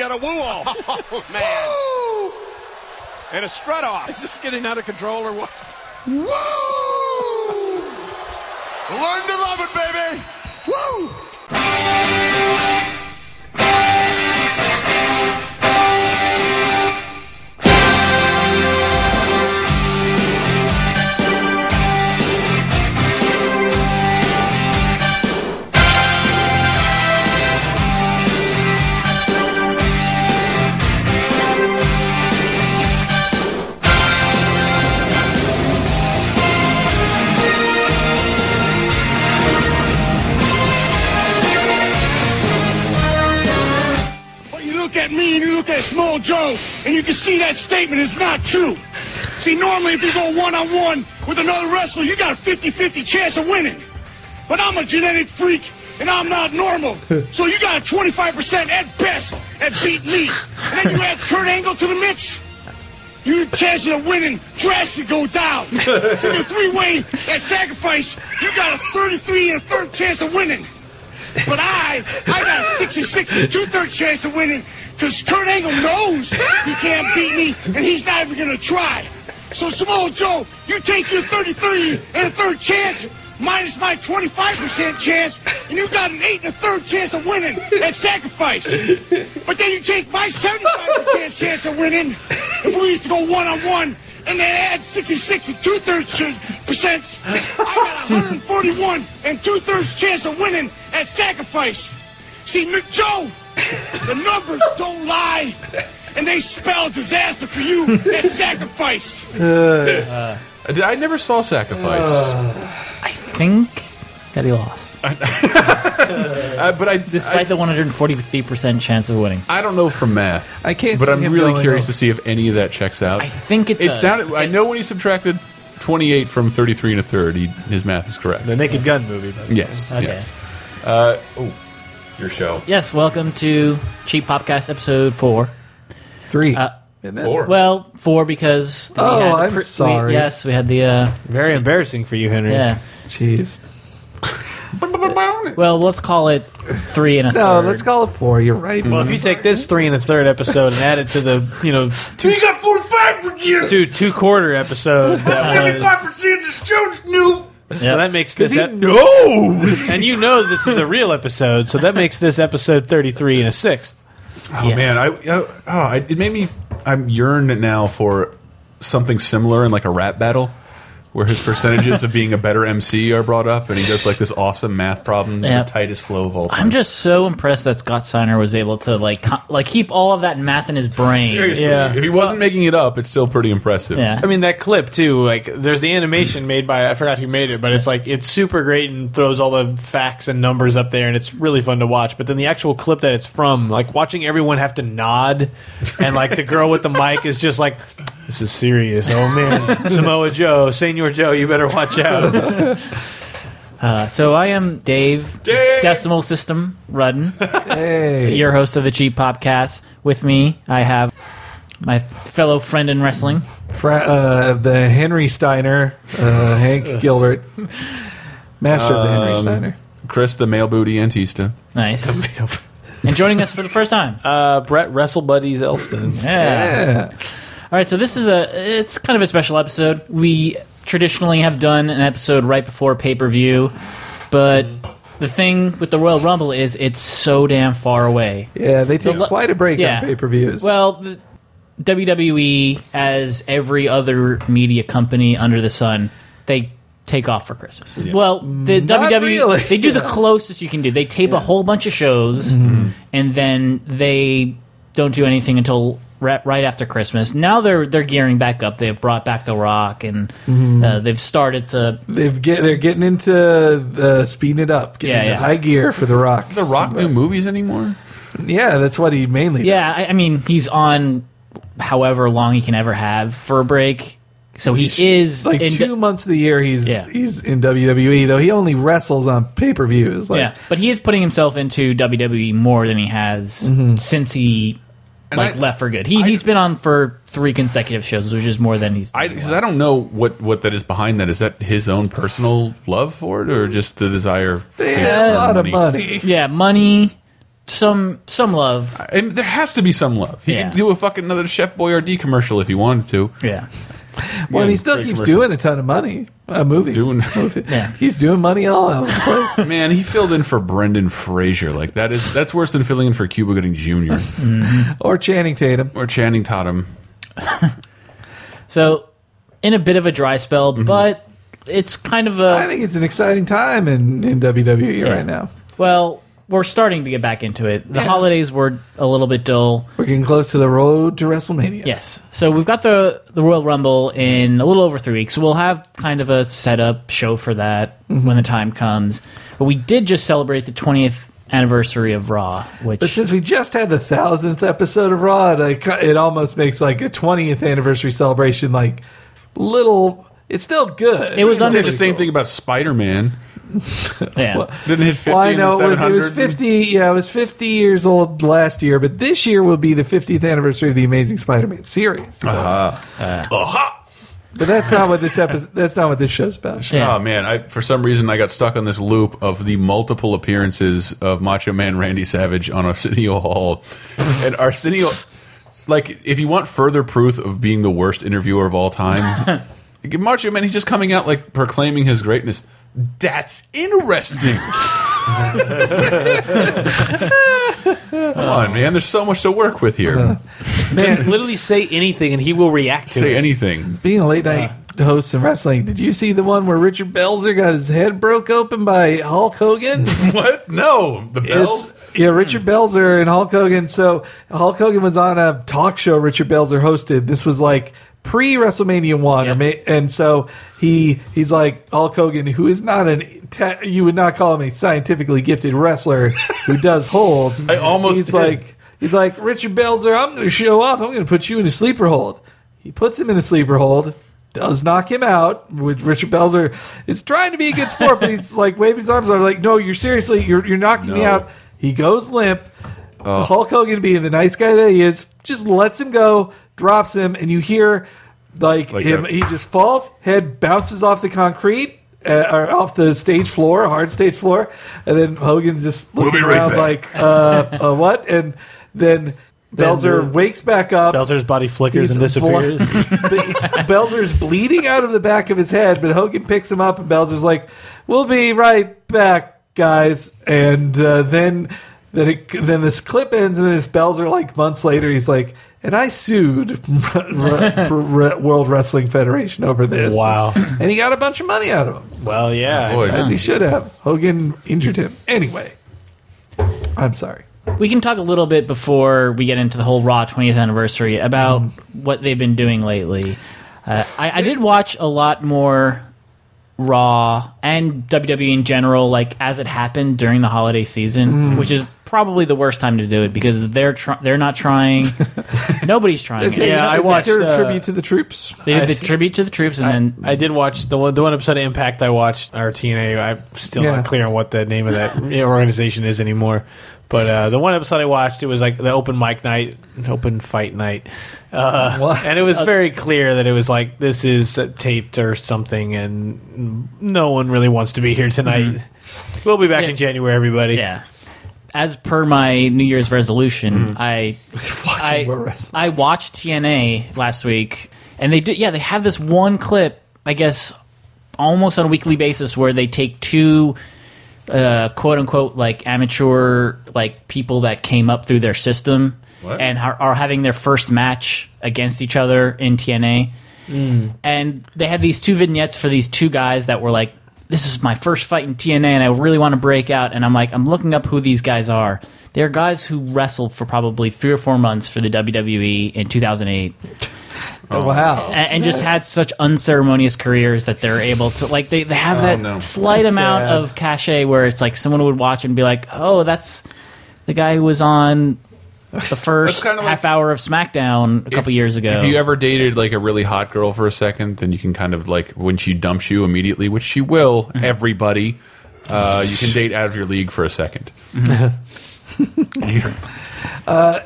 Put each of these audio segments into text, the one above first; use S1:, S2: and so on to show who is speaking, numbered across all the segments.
S1: and a woo off.
S2: Oh, man. and a strut off.
S1: Is this getting out of control or what?
S3: Woo! Learn to love it, baby! Woo!
S4: But you look at me and you look at Small Joe, and you can see that statement is not true. See, normally if you go one on one with another wrestler, you got a 50 50 chance of winning. But I'm a genetic freak, and I'm not normal. So you got a 25% at best at beating me. And then you add Kurt Angle to the mix, your chances of winning drastically go down. See, the three way at sacrifice, you got a 33 and a third chance of winning. But I, I got a 66 and two thirds chance of winning because Kurt Angle knows he can't beat me and he's not even going to try. So, Samoa Joe, you take your 33 and a third chance minus my 25% chance and you got an 8 and a third chance of winning at sacrifice. But then you take my 75% chance of winning if we used to go one on one. And then add 66 and two thirds percent. I got 141 and two thirds chance of winning at sacrifice. See, Mick Joe, the numbers don't lie, and they spell disaster for you at sacrifice.
S5: I did- I never saw Sacrifice,
S6: I think that he lost,
S5: uh, but I
S6: despite the 143 percent chance of winning.
S5: I, I don't know from math.
S7: I can't
S5: But
S7: see
S5: I'm
S7: him
S5: really
S7: going
S5: curious
S7: over.
S5: to see if any of that checks out.
S6: I think it.
S5: it
S6: does.
S5: sounded. I know when he subtracted 28 from 33 and a third, he, his math is correct.
S8: The Naked Gun movie. But
S5: Yes.
S6: Okay.
S5: Yes. Uh, oh, your show.
S6: Yes, welcome to Cheap Popcast episode four.
S7: Three.
S6: Uh,
S7: And then-
S5: Or
S6: Well, four because we had
S7: Oh,
S6: the
S7: I'm
S6: pre- we-
S7: sorry.
S6: yes, we had the uh,
S8: Very embarrassing for you, Henry.
S6: yeah.
S7: Jeez.
S6: Well, let's call it three and a
S7: No,
S6: third.
S7: let's call it four. You're right.
S8: Well, if you take this three and a third episode and add it to the you know two
S4: You got 45 for you!
S8: two two quarter episode, that
S4: 75% is Joe's new!
S8: was, so that makes this ep-
S7: knows.
S8: and you know this is a real episode, so that makes this episode thirty three and a sixth.
S5: Oh man, I, I oh I, it made me. I'm yearn now for something similar in like a rap battle, where his percentages of being a better MC are brought up, and he does like this awesome math problem,
S6: Yeah.
S5: the tightest flow of all. Time.
S6: I'm just so impressed that Scott Steiner was able to like co- like keep all of that math in his brain.
S5: Seriously,
S8: Yeah.
S5: if he wasn't making it up, it's still pretty impressive.
S6: Yeah.
S8: I mean that clip too. Like there's the animation made by I forgot who made it, but it's like it's super great and throws all the facts and numbers up there, and it's really fun to watch. But then the actual clip that it's from, like watching everyone have to nod, and like the girl with the mic is just like, "This is serious, oh man, Samoa Joe, Senor Joe, you better watch out."
S6: Uh, so I am Dave,
S5: Dave!
S6: Decimal System Rudden,
S7: Hey.
S6: your host of the Cheap Popcast. With me, I have my fellow friend in wrestling,
S7: Fra- uh, the Henry Steiner, uh, Hank Gilbert, master of the Henry
S5: Um,
S7: Steiner.
S5: Chris the male booty Antista.
S6: nice, and joining us for the first time.
S8: Uh, Brett Wrestle Buddies Elston.
S6: yeah.
S7: Yeah.
S6: All right, so this is a it's kind of a special episode. We traditionally have done an episode right before pay-per-view, but
S8: Mm-hmm.
S6: the thing with the Royal Rumble is it's so damn far away.
S7: Yeah, they take
S6: le-
S7: quite a break
S6: yeah.
S7: on pay per views.
S6: Well, the WWE as every other media company under the sun, they take off for Christmas. Well, the WWE
S7: really.
S6: they do the closest you can do. They tape a whole bunch of shows
S7: Mm-hmm.
S6: and then they don't do anything until ri- right after Christmas. Now they're they're gearing back up. They've brought back The Rock and
S7: Mm-hmm.
S6: uh, they've started to
S7: They've get, they're getting into uh, speeding it up, getting
S6: Yeah,
S7: into
S6: yeah.
S7: high gear for The Rock.
S5: The Rock do movies anymore?
S7: Yeah, that's what he mainly
S6: Yeah,
S7: does.
S6: I, I mean, he's on however long he can ever have for a break. So he is
S7: like
S6: in-
S7: two months of the year he's
S6: Yeah.
S7: he's in WWE though he only wrestles on pay per views. Like,
S6: yeah, but he is putting himself into WWE more than he has
S7: Mm-hmm.
S6: since he like
S5: I-
S6: left for good. He he's been on for three consecutive shows, which is more than he's.
S5: I,
S6: done.
S5: 'cause I don't know what, what that is behind that. Is that his own personal love for it, or just the desire?
S7: They
S5: to
S7: have a
S5: earn
S7: lot of money.
S6: yeah, money, some some love.
S5: And there has to be some love. He
S6: Yeah.
S5: could do a fucking another Chef Boyardee commercial if he wanted to.
S6: Yeah.
S7: Well, and he
S5: Yeah,
S7: still
S5: great
S7: keeps
S5: commercial.
S7: doing a ton of money. Uh, movies.
S5: Doing-
S7: Movie-
S6: Yeah.
S7: He's doing money all over the place.
S5: Man, he filled in for Brendan Fraser. Like that is that's worse than filling in for Cuba Gooding Jr.
S6: Mm.
S7: Or Channing Tatum.
S5: or Channing Tatum.
S6: So in a bit of a dry spell,
S5: Mm-hmm.
S6: but it's kind of a
S7: I think it's an exciting time in, in WWE
S6: Yeah.
S7: right now.
S6: Well, we're starting to get back into it. The
S7: Yeah.
S6: holidays were a little bit dull.
S7: We're getting close to the road to WrestleMania.
S6: Yes. So we've got the the Royal Rumble in a little over three weeks. We'll have kind of a setup show for that
S7: Mm-hmm.
S6: when the time comes. But we did just celebrate the twentieth anniversary of Raw, which
S7: But since we just had the thousandth episode of Raw, it, like, it almost makes like a twentieth anniversary celebration like little. It's still good.
S6: It was
S5: Say the
S6: Unbelievable.
S5: same thing about Spider Man.
S6: yeah.
S5: Didn't hit fifty.
S7: Well, I
S5: in
S7: know
S5: the
S7: it was, it was
S5: 700.
S7: fifty. Yeah, it was fifty years old last year, but this year will be the fiftieth anniversary of the Amazing Spider-Man series.
S5: Uh-huh.
S7: So-
S6: uh,
S7: But that's not what this episode. That's not what this show's about.
S6: Yeah.
S5: Oh man, I for some reason I got stuck on this loop of the multiple appearances of Macho Man Randy Savage on Arsenio Hall. and Arsenio like if you want further proof of being the worst interviewer of all time, like, Macho Man he's just coming out like proclaiming his greatness. That's interesting. Come on, man. There's so much to work with here.
S6: Uh-huh.
S7: Man,
S8: Literally say anything and he will react to
S5: Say
S8: it.
S5: anything.
S7: being a late night
S5: Uh.
S7: host in wrestling, did you see the one where Richard Belzer got his head broke open by Hulk Hogan?
S5: What? No. The bells?
S7: It's, yeah, Richard Belzer and Hulk Hogan. So Hulk Hogan was on a talk show Richard Belzer hosted. This was like pre WrestleMania one, or
S6: Yep.
S7: may, and so he he's like Hulk Hogan, who is not an te- you would not call him a scientifically gifted wrestler who does holds.
S5: I almost
S7: he's
S5: did.
S7: like he's like Richard Belzer. I'm going to show off. I'm going to put you in a sleeper hold. He puts him in a sleeper hold. Does knock him out. Which Richard Belzer is trying to be a good sport, but he's like waving his arms. I'm like, no, you're seriously, you're you're knocking me
S5: No. Oh.
S7: out. He goes limp. Hulk Hogan, being the nice guy that he is, just lets him go, drops him, and you hear like,
S5: Like
S7: him.
S5: that.
S7: He just falls, head bounces off the concrete uh, or off the stage floor, hard stage floor, and then Hogan just looking
S5: be right
S7: around
S5: back.
S7: like uh, uh, what, and then. Belzer
S8: the-
S7: wakes back up.
S8: Belzer's body flickers
S7: He's
S8: and disappears.
S7: bl- Belzer's bleeding out of the back of his head, but Hogan picks him up, and Belzer's like, "We'll be right back, guys." And uh, then, then, it, then this clip ends, and then it's Belzer like months later. He's like, "And I sued Re- Re- World Wrestling Federation over this."
S8: Wow.
S7: And he got a bunch of money out of him,
S8: well, yeah.
S5: Boy,
S7: as he should have. Hogan injured him anyway. I'm sorry.
S6: We can talk a little bit before we get into the whole Raw 20th anniversary about what they've been doing lately. Uh, I, I did watch a lot more Raw and WWE in general, like as it happened during the holiday season, which is probably the worst time to do it because they're tr- they're not trying, nobody's trying.
S8: Yeah, I
S7: Is it
S8: watched,
S7: your
S8: uh,
S7: tribute to the troops.
S6: They did
S8: I
S6: the
S8: see-
S6: tribute to the troops, and
S8: I,
S6: then
S8: I did watch the one, the one episode of Impact I watched, or TNA. I'm still
S7: Yeah.
S8: not clear on what the name of that organization is anymore. But uh, the one episode I watched, it was like the open mic night, an open fight night. Uh,
S7: What?
S8: And it was very clear that it was like, this is taped or something, and no one really wants to be here tonight.
S6: Mm-hmm.
S8: We'll be back
S6: Yeah.
S8: in January, everybody.
S6: yeah. As per my New Year's
S8: Mm-hmm.
S6: resolution, I I,
S7: more wrestling.
S6: I watched TNA last week, and they did. Yeah, they have this one clip, I guess, almost on a weekly basis, where they take two uh, quote unquote like amateur like people that came up through their system
S5: What?
S6: and are, are having their first match against each other in TNA.
S8: Mm.
S6: And they had these two vignettes for these two guys that were like, "This is my first fight in TNA, and I really want to break out." And I'm like, I'm looking up who these guys are. They're guys who wrestled for probably three or four months for the WWE in 2008
S5: Oh,
S7: wow.
S6: and, and just had such unceremonious careers that they're able to like they, they have that
S5: Oh, no.
S6: slight
S7: That's
S6: amount
S7: sad.
S6: of cachet where it's like someone would watch and be like oh that's the guy who was on the first
S5: kinda like-
S6: half hour of smackdown a couple years ago
S5: If you ever dated like a really hot girl for a second, then you can kind of like when she dumps you immediately, which she will,
S6: Mm-hmm.
S5: everybody. Uh, you can date out of your league for a second.
S7: Uh,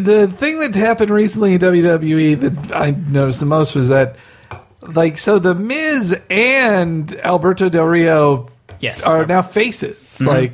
S7: the thing that happened recently in WWE that I noticed the most was that, like, so the Miz and Alberto Del Rio
S6: yes Mm-hmm.
S7: are now faces, like,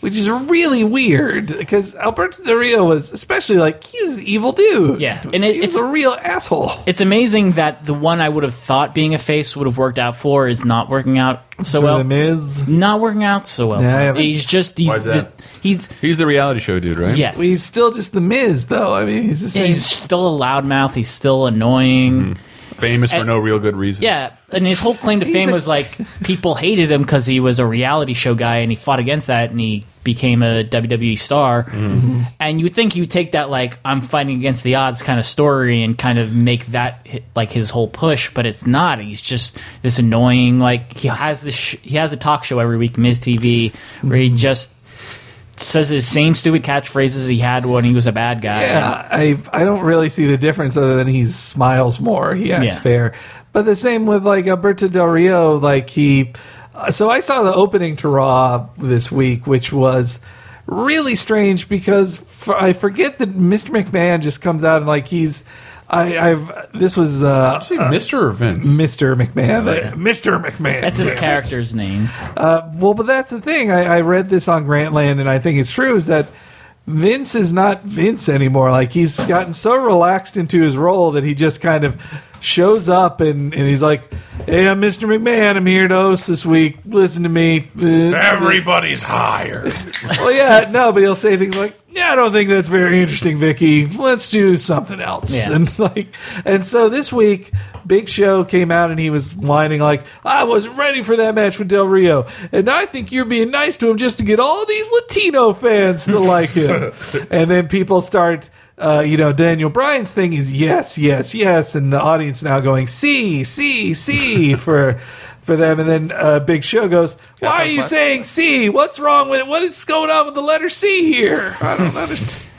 S7: which is really weird because Alberto Del Rio was especially like he was an evil dude.
S6: Yeah, and it-
S7: he was
S6: it's-
S7: a real asshole.
S6: It's amazing that the one I would have thought being a face would have worked out for is not working out so
S7: For
S6: well.
S7: the Miz,
S6: Not working out so Oh, well.
S7: Yeah, I haven't-
S6: he's just he's,
S5: Why is that?
S6: he's
S5: He's the reality show dude, right?
S6: yes.
S7: Well, he's still just the Miz, though. I mean, he's the
S6: Yeah,
S7: same.
S6: he's still a loudmouth. He's still annoying.
S5: Famous for no real good reason.
S6: Yeah, and his whole claim to
S7: He's
S6: fame
S7: a-
S6: was like people hated him because he was a reality show guy, and he fought against that, and he became a WWE star.
S7: Mm-hmm.
S6: And you would think you take that like I'm fighting against the odds kind of story and kind of make that hi- like his whole push, but it's not. He's just this annoying like he has this sh- he has a talk show every week, Ms. TV, where
S7: Mm-hmm.
S6: he just says his same stupid catchphrases he had when he was a bad guy.
S7: Yeah, I I don't really see the difference other than he smiles more. He acts
S6: Yeah.
S7: fair. But the same with like Alberto Del Rio, like he. uh, So I saw the opening to Raw this week, which was really strange because for, I forget that Mr. McMahon just comes out and like he's. I, I've this was uh,
S5: Say Mr. or Vince?
S7: Mr. McMahon, like, Mr. McMahon.
S6: That's his
S7: Yeah.
S6: character's name.
S7: Uh, Well, but that's the thing. I, I read this on Grantland, and I think it's true. Is that Vince is not Vince anymore. Like he's gotten so relaxed into his role that he just kind of shows up and, and he's like, "Hey, I'm Mr. McMahon. I'm here to host this week. Listen to me." Everybody.
S3: Everybody's hired.
S7: Well, yeah, no, but he'll say things like, "Yeah, I don't think that's very interesting, Vicky. Let's do something else."
S6: Yeah.
S7: And like, and so this week, Big Show came out and he was whining like, "I wasn't ready for that match with Del Rio, and I think you're being nice to him just to get all these Latino fans to like him." and then people start. Uh, you know, Daniel Bryan's thing is yes, yes, yes, and the audience now going see, see, see for for them, and then uh, Big Show goes, "Why are you saying C? What's wrong with it? What is going on with the letter C here? I don't understand."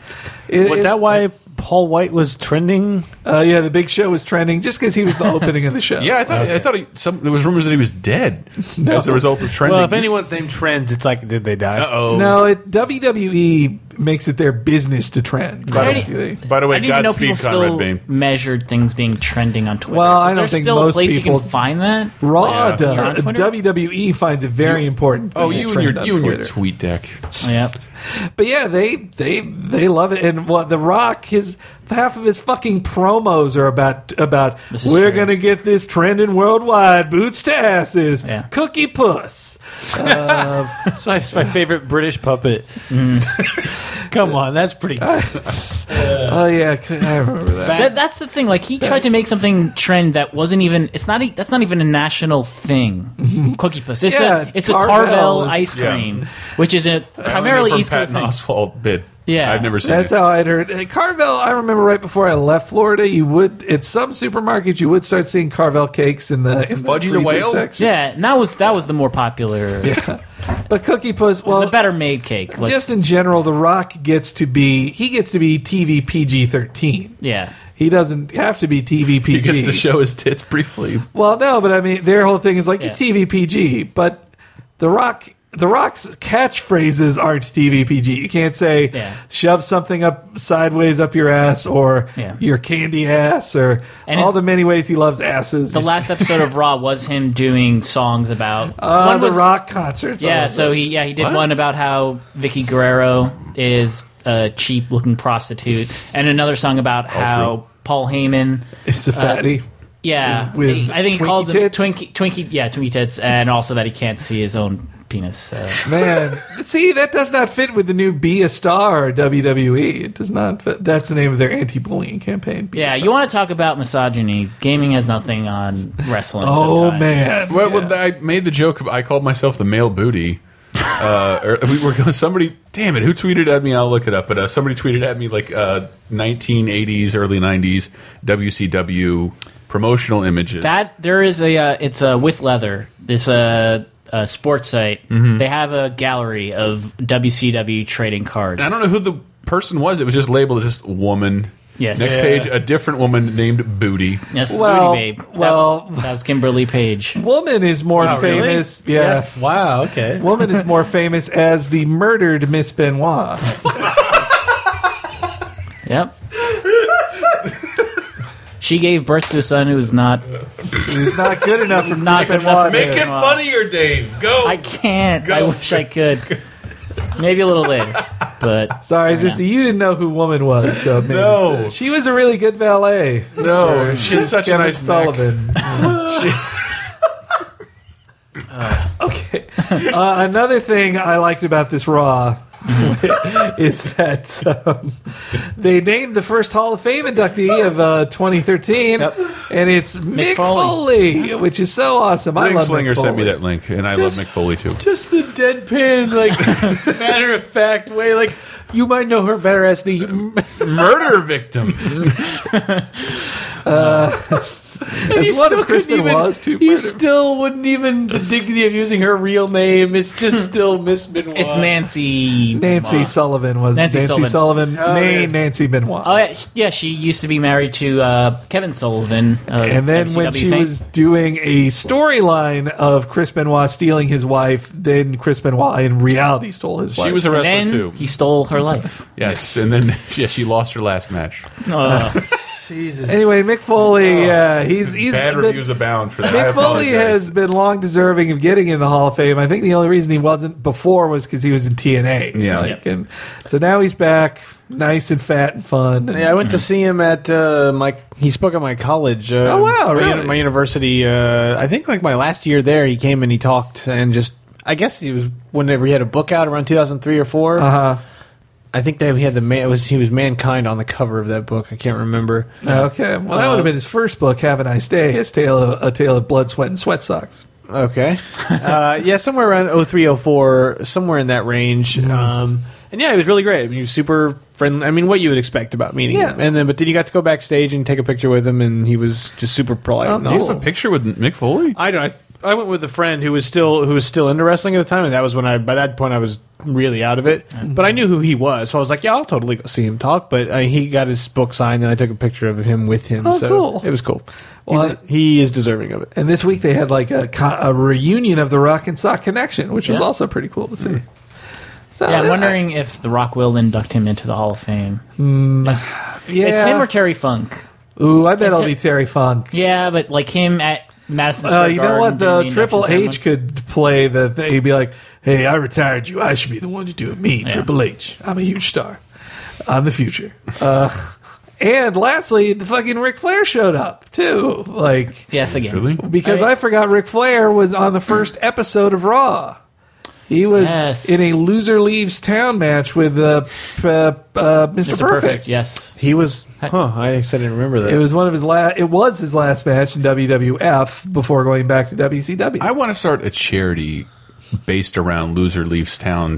S7: It-
S8: Was that
S7: it's-
S8: why Paul White was trending?
S7: Uh, yeah, the Big Show was trending just because he was the opening of the show.
S5: Yeah, I thought I thought he, some, there was rumors that he was dead as a result of trending.
S8: Well, if anyone's name trends, it's like, did they die?
S5: oh,
S7: No, it, WWE makes it their business to trend.
S5: By
S6: Right.
S5: the, by the
S6: I
S5: way,
S6: didn't even know people
S5: Godspeed, Conrad
S6: still
S5: Bain.
S6: measured things being trending on Twitter.
S7: Well,
S6: Is
S7: I
S6: there
S7: don't think
S6: still
S7: most
S6: a place
S7: people-
S6: you can find that.
S7: Raw does.
S6: on Twitter?
S7: WWE E finds it very important. thing
S5: Oh,
S7: to
S5: you and
S7: trend
S5: your
S7: on
S5: you and your
S7: Twitter.
S5: tweet deck.
S6: Yep.
S7: But yeah, they they they love it. And what The Rock, his half of his fucking promos are about about
S6: This is
S7: we're
S6: true.
S7: gonna get this trending worldwide. Boots to asses,
S6: Yeah.
S7: cookie puss.
S8: That's my, Uh, it's my favorite British puppet. Come on, that's pretty.
S7: oh Mm. yeah, c- I remember that.
S6: That, that's the thing. Like he tried to make something trend that wasn't even. It's not. E- that's not even a national thing. Cookie puss. It's
S7: Yeah,
S6: a. It's a
S7: Carvel
S6: Carvel
S7: is-
S6: ice
S5: Yeah.
S6: cream, which is a primarily East Coast
S5: Patton
S6: thing.
S5: Oswald bit.
S6: Yeah.
S5: I've never seen
S7: That's
S5: it.
S7: how I'd heard Uh, Carvel. I remember right before I left Florida, you would at some supermarkets you would start seeing Carvel cakes in the in
S5: Fudgy the
S7: freezer
S5: whale?
S7: section.
S6: Yeah, and that was that was the more popular,
S7: But cookie puss, well,
S6: the better made cake. Like,
S7: just in general, The Rock gets to be he gets to be TV PG thirteen.
S6: yeah,
S7: He doesn't have to be TV
S5: He gets to
S7: PG.
S5: show his tits briefly.
S7: Well, no, but I mean, their whole thing is like
S6: Yeah.
S7: TV PG, but The Rock, The Rock's catchphrases aren't TV PG. You can't say
S6: Yeah.
S7: "shove something up sideways up your ass" or
S6: Yeah.
S7: "your candy ass" or
S6: And
S7: all
S6: his-
S7: the many ways he loves asses.
S6: the last episode of Raw was him doing songs about.
S7: uh,
S6: one
S7: the
S6: was
S7: Rock concerts. I
S6: Yeah,
S7: love
S6: so
S7: those.
S6: he yeah he did one about how Vicky Guerrero is a cheap looking prostitute, and another song about how Paul Heyman. uh,
S7: it's a fatty.
S6: Yeah,
S7: With- with
S6: I think he
S7: Twinkie
S6: called
S7: tits?
S6: him Twinkie Twinkie. Yeah, Twinkie tits, and also that he can't see his own penis. So.
S7: Man, see that does not fit with the new "Be a Star" WWE. It does not. fit. That's the name of their anti-bullying campaign. Be a
S6: Yeah,
S7: Star.
S6: you want to talk about misogyny? Gaming has nothing on wrestling.
S7: Oh
S6: sometimes.
S7: man,
S5: Well, well, I made the joke. I called myself the male booty. Uh, or we were going. Somebody, damn it, who tweeted at me? I'll look it up. But uh, somebody tweeted at me like uh, 1980s, early 90s WCW promotional images.
S6: That there is a uh, it's a with leather. This a, a sports site.
S7: Mm-hmm.
S6: They have a gallery of WCW trading cards.
S5: And I don't know who the person was. It was just labeled as just woman.
S6: Yes.
S5: Next
S6: Yeah.
S5: page, a different woman named Booty.
S6: Yes,
S7: Well,
S6: well, Babe. That-
S7: well-
S6: that, was Kimberly Page.
S7: woman is more famous. Yeah,
S8: Wow. Okay.
S7: woman is more famous as the murdered Miss Benoit.
S6: Yep. she gave birth to a son who was not.
S7: She's not good enough for
S6: Not
S7: Miss
S6: good enough for
S7: Benoit.
S6: Miss Make it
S7: man.
S6: funnier,
S5: Dave. Go.
S6: I can't. I
S5: Go.
S6: wish I could. Maybe a little later. But
S7: Sorry, Sissy, you didn't know who woman was. So maybe
S5: No.
S7: she was a really good valet.
S5: No, she had
S7: She's
S5: such a
S7: Jennifer
S5: nice
S7: Sullivan. okay. Uh, another thing I liked about this Raw is that um, they named the first Hall of Fame inductee of uh, 2013,
S6: Yep.
S7: and it's Mick, Foley.
S6: Foley.
S7: which is so awesome. I love Mick
S5: Ringslinger sent me
S7: Foley.
S5: that link, and I love McFoley too.
S8: Just the deadpan, like matter of fact way. Like you might know her better as the
S5: Uh,
S8: Uh,
S5: Murder victim.
S7: Uh, That's what a Crispin was too.
S8: You still wouldn't even the dignity of using her real name. It's just still Miss Benoit.
S6: it's Nancy.
S7: Nancy
S6: Benoit.
S7: Sullivan was
S6: Nancy
S7: Nancy
S6: Sullivan.
S7: Sullivan,
S8: Oh,
S7: main
S8: yeah.
S7: Nancy Benoit.
S6: Oh yeah, sh- yeah. She used to be married to uh, Kevin Sullivan. Uh,
S7: And then when
S6: MCW
S7: she
S6: thing.
S7: was doing a storyline of Chris Benoit stealing his wife, then Chris Benoit in reality stole his wife.
S5: She was a wrestler
S6: then
S5: too.
S6: he stole her life.
S5: Yes, and then yeah, she lost her last match.
S6: Uh,
S8: Jesus.
S7: anyway, Mick Foley. Uh, he's he's
S5: Oh. Bad
S7: been-
S5: reviews abound for that. I
S7: Mick Foley
S5: apologize.
S7: has been long deserving of getting in the Hall of Fame. I think the only reason he wasn't before was because he was in TNA.
S5: Yeah.
S7: like, and so now he's back, nice and fat and fun. And
S8: Yeah, I went to see him at uh, my. He spoke at my college. Uh,
S7: Oh, wow,
S8: my
S7: really?
S8: uni- My university. Uh, I think like my last year there, he came and he talked and just. I guess he was whenever he had a book out around 2003 or 4
S7: Uh-huh.
S8: I think that he had the man. It was he was mankind on the cover of that book. I can't remember.
S7: Okay, well, that would have been his first book, "Have a Nice Day," his tale of, a tale of blood, sweat, and sweat socks.
S8: Okay. Uh, yeah, somewhere around 03, 04, somewhere in that range.
S7: Mm-hmm.
S8: Um, and yeah, it was really great. I mean, he was super friendly. I mean, what you would expect about meeting
S7: Yeah.
S8: him. And then, but then you got to go backstage and take a picture with him, and he was just super polite.
S7: Oh,
S8: and
S7: cool.
S8: awesome.
S5: a picture with Mick Foley.
S8: I don't. I, I went with a friend who was still who was still into wrestling at the time, and that was when I. By that point, I was really out of it.
S7: Mm-hmm.
S8: But I knew who he was, so I was like, "Yeah, I'll totally go see him talk." But uh, he got his book signed, and I took a picture of him with him.
S7: Oh,
S8: so
S7: cool.
S8: It was cool.
S7: Well,
S8: He's- he is deserving of it.
S7: And this week they had like a, co- a reunion of the Rock and Sock Connection, which was
S6: Yeah.
S7: also pretty cool to see. So
S6: yeah, I'm
S7: I-
S6: wondering if The Rock will induct him into the Hall of Fame.
S7: Hmm. yeah.
S6: It's him or Terry Funk.
S7: Ooh, I bet it'll
S6: Ter-
S7: be Terry Funk.
S6: Yeah, but like him at Madison Square
S7: Uh, you know
S6: Garden
S7: what?
S6: doing
S7: The
S6: induction
S7: Triple
S6: ceremony.
S7: H could play the thing. He'd be like, "Hey, I retired you. I should be the one to do it. Me, Triple H. I'm a huge star. I'm the future." Uh, and lastly, the fucking Ric Flair showed up too. Like
S6: Yes, again.
S5: Really?
S7: Because I,
S6: I-
S7: forgot Ric Flair was on the first episode of Raw. He was
S6: Yes.
S7: in a loser leaves town match with uh, p- uh, uh, Mr.
S6: Mr.
S7: Perfect.
S6: Perfect. Yes.
S8: He was. Huh. I guess I didn't remember that.
S7: It was one of his last. It was his last match in WWF before going back to WCW.
S5: I want to start a charity based around loser leaves town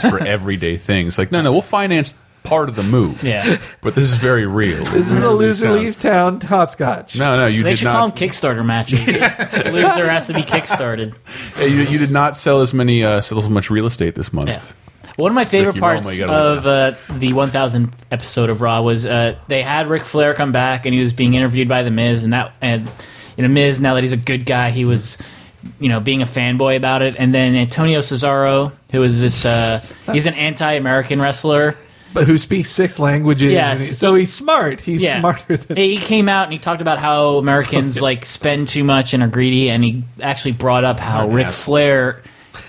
S5: for everyday things. Like, no, no, we'll finance part of the move.
S6: Yeah.
S5: but this is very real.
S7: this is a loser leaves town hopscotch.
S5: No, no, you
S6: They
S5: did
S6: should call them
S5: not.
S6: Kickstarter matches. Loser has to be kickstarted.
S5: You, you did not sell as many, uh, sell as much real estate this month.
S6: Yeah. One of my favorite
S5: Ricky Roma,
S6: parts
S5: you gotta
S6: of uh, the 1000th episode of Raw was uh, they had Ric Flair come back and he was being interviewed by the Miz and that and you know Miz now that he's a good guy he was you know being a fanboy about it and then Antonio Cesaro who is this uh, he's an anti-American wrestler
S7: but who speaks six languages?
S6: Yes.
S7: and he- so he's smart. He's
S6: yeah.
S7: smarter than.
S6: he came out and he talked about how Americans like spend too much and are greedy and he actually brought up how
S5: An
S6: Ric
S5: asshole.
S6: Flair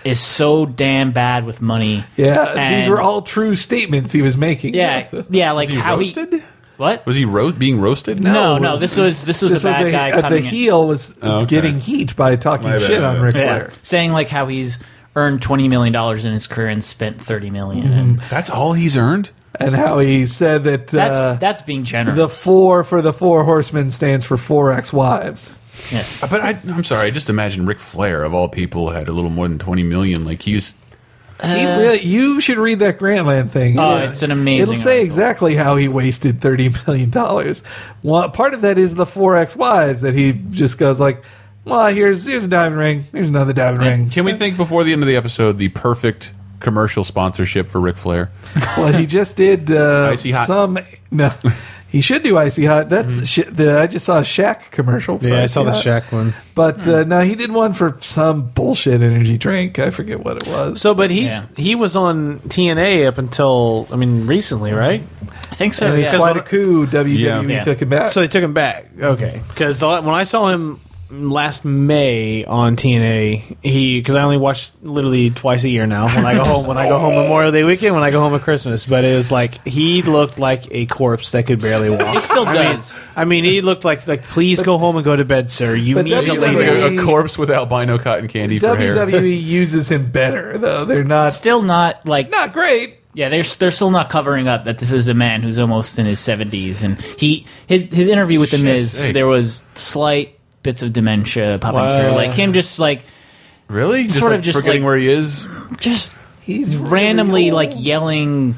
S6: is so damn bad with money
S7: Yeah, these
S6: And-
S7: were all true statements he was making.
S6: yeah yeah like
S5: Was he
S6: how
S5: roasted?
S6: he what
S5: Was he ro- being roasted?
S6: No,
S7: No,
S6: no, this was this was
S7: This
S6: a
S7: was
S6: bad
S7: a,
S6: guy
S7: uh, the
S6: coming in,
S7: heel was
S5: Oh, Okay.
S7: getting heat by talking
S5: My bad,
S7: shit
S5: my
S7: on
S5: bad.
S7: Ric
S5: Yeah.
S6: yeah,
S7: Flair.
S6: saying like how he's earned twenty million dollars in his career and spent thirty million. And
S5: That's all he's earned.
S7: Mm-hmm. and how he said that,
S6: that's
S7: uh,
S6: that's being generous.
S7: the four for the four horsemen stands for four ex-wives.
S6: yes.
S5: Uh, But I, I'm sorry. I just imagine Ric Flair of all people had a little more than 20 million. Like he's
S7: he really, you should read that Grantland thing.
S6: Uh, Oh, it's an amazing
S7: It'll say
S6: article.
S7: exactly how he wasted thirty million dollars. Well, part of that is the four ex-wives that he just goes like, "Well, here's here's a diamond ring. Here's another diamond ring."
S5: Can we think before the end of the episode the perfect commercial sponsorship for Ric Flair?
S7: Well, he just did uh,
S5: Icy Hot.
S7: some. No, he should do icy hot. That's
S6: Mm-hmm.
S7: shi- the, I just saw a Shaq commercial. For
S8: yeah, I
S7: Icy
S8: saw the
S7: Hot.
S8: Shaq one.
S7: But
S6: Hmm.
S7: uh, no, he did one for some bullshit energy drink. I forget what it was.
S8: So, but he's he was on TNA up until I mean recently, right?
S6: I think so.
S7: And it's
S6: Yeah.
S7: quite a coup. WWE
S8: E
S5: Yeah.
S7: took him back.
S8: So they took him back. Okay, because when I saw him last May on TNA, he because I only watch literally twice a year now. When I go home, when I go home Memorial Day weekend, when I go home at Christmas, but it was like he looked like a corpse that could barely walk.
S6: It still does.
S8: I mean, he looked like like please go home and go to bed, sir. You
S7: But
S8: need to
S7: WWE
S8: lay
S5: Like
S8: down.
S5: a, a corpse with albino cotton candy for hair.
S7: WWE uses him better though. They're not
S6: Still not like
S7: not great.
S6: Yeah, they're they're still not covering up that this is a man who's almost in his seventies, and he his his interview with the Miz
S5: sake.
S6: there was slight bits of dementia popping
S8: Wow.
S6: through, like him just like
S5: Really? Just
S6: Sort
S5: like
S6: of just
S5: forgetting
S6: like-
S5: where he is.
S6: just
S7: He's
S6: randomly
S7: really
S6: like yelling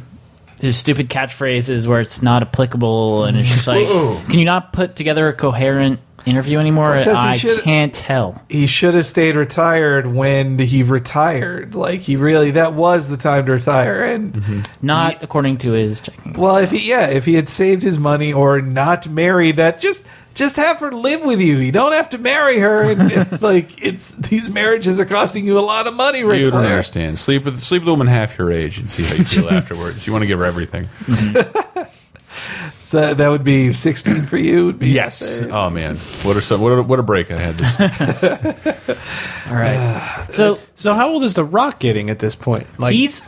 S6: his stupid catchphrases where it's not applicable, and it's just like, can you not put together a coherent interview anymore?
S7: Because he
S6: I
S7: should-
S6: can't tell.
S7: he should have stayed retired when he retired. Like he really that was the time to retire. And
S5: Mm-hmm.
S6: Not according to his checking.
S7: well, if he yeah, if he had saved his money or not married that just just have her live with you. You don't have to marry her. And like it's these marriages are costing you a lot of money. Ric
S5: You don't
S7: Flair.
S5: understand. Sleep with sleep with a woman half your age and see how you feel afterwards. You want to give her everything.
S7: So that would be sixteen for you. Would be
S5: Oh man, what are some what a, what a break I had. This.
S6: All right, so
S8: So how old is The Rock getting at this point? Like
S6: he's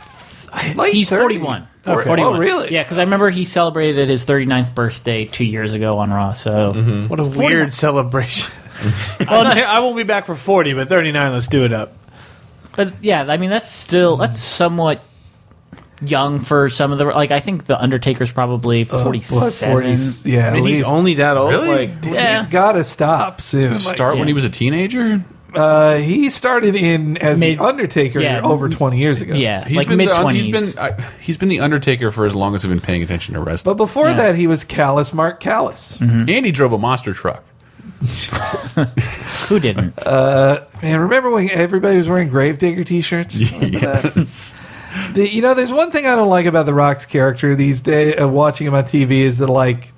S7: Like
S6: he's
S7: 30.
S6: 41.
S7: Oh,
S6: 41.
S7: oh, really?
S6: Yeah, because I remember he celebrated his 39th birthday two years ago on Raw. So,
S7: Mm-hmm.
S8: what a weird celebration. well, no, I won't be back for forty, but thirty nine. Let's do it up.
S6: but yeah, I mean that's still that's somewhat young for some of the like. I think the Undertaker's probably
S7: Uh, What,
S6: 47.
S7: 40s? yeah, at
S8: And he's
S7: least.
S8: only that old.
S5: Really?
S8: Like,
S6: Yeah.
S7: He's got to stop soon.
S5: Start when he was a teenager.
S7: Uh, he started in as
S6: Mid-
S7: the Undertaker
S6: yeah.
S7: over twenty years ago.
S6: yeah,
S5: He's
S6: like
S5: been
S6: mid
S5: the, he's
S6: twenties.
S5: been uh, I, he's been the Undertaker for as long as I've been paying attention to
S7: But
S5: wrestling.
S7: before
S6: Yeah. Mm-hmm.
S7: that, he was Callous Mark Callous.
S5: and he drove a monster truck.
S6: Who didn't?
S7: Uh, Man, remember when everybody was wearing Gravedigger T-shirts?
S5: Yes.
S7: The- you know, there's one thing I don't like about The Rock's character these days. Uh, watching him on TV is that like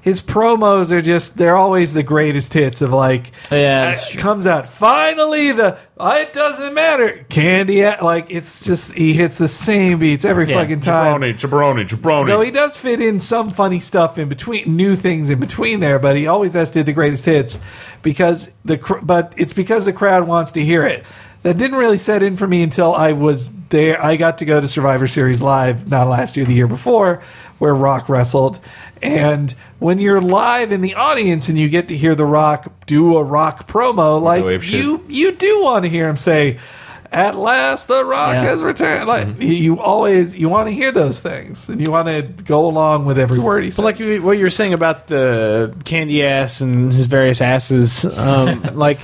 S7: his promos are just they're always the greatest hits of like
S6: Yeah,
S7: uh,
S6: that's true.
S7: comes out finally the uh, it doesn't matter candy uh, like it's just he hits the same beats every
S6: Yeah.
S7: fucking time
S5: jabroni, jabroni.
S7: No, he does fit in some funny stuff in between, new things in between there, but he always has to do the greatest hits because the. cr- But it's because the crowd wants to hear it. That didn't really set in for me until I was there. I got to go to Survivor Series live, not last year, the year before, where Rock wrestled. And when you're live in the audience and you get to hear The Rock do a Rock promo, like
S5: ape shit.
S7: you, you do want to hear him say. At last, the rock
S6: Yeah. Mm-hmm.
S7: has returned. Like you- you always, you want to hear those things, and you want to go along with every word he says.
S8: But like you, what you were saying about the candy ass and his various asses, um, like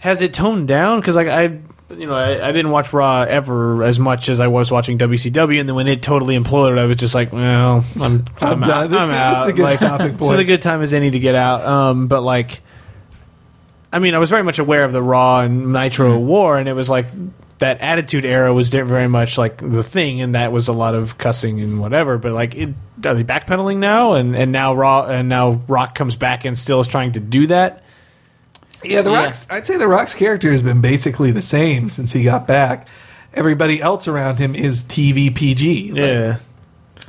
S8: has it toned down? Because like I, you know, I, I didn't watch Raw ever as much as I was watching WCW, and then when it totally imploded, I was just like, well, I'm, I'm,
S7: I'm
S8: out.
S7: done. This- this
S8: I'm
S7: is
S8: out.
S7: a good
S8: Like,
S7: stopping
S8: This is a
S7: point.
S8: good time as any to get out. Um, but like, I mean, I was very much aware of the Raw and Nitro
S7: Mm-hmm.
S8: War, and it was like. That attitude era was di- very much like the thing, and that was a lot of cussing and whatever. But like, it, are they backpedaling now? And and now Raw and now Rock comes back and still is trying to do that.
S7: yeah, the
S6: Yeah.
S7: rocks. I'd say the rock's character has been basically the same since he got back. Everybody else around him is TV PG. Like,
S8: Yeah,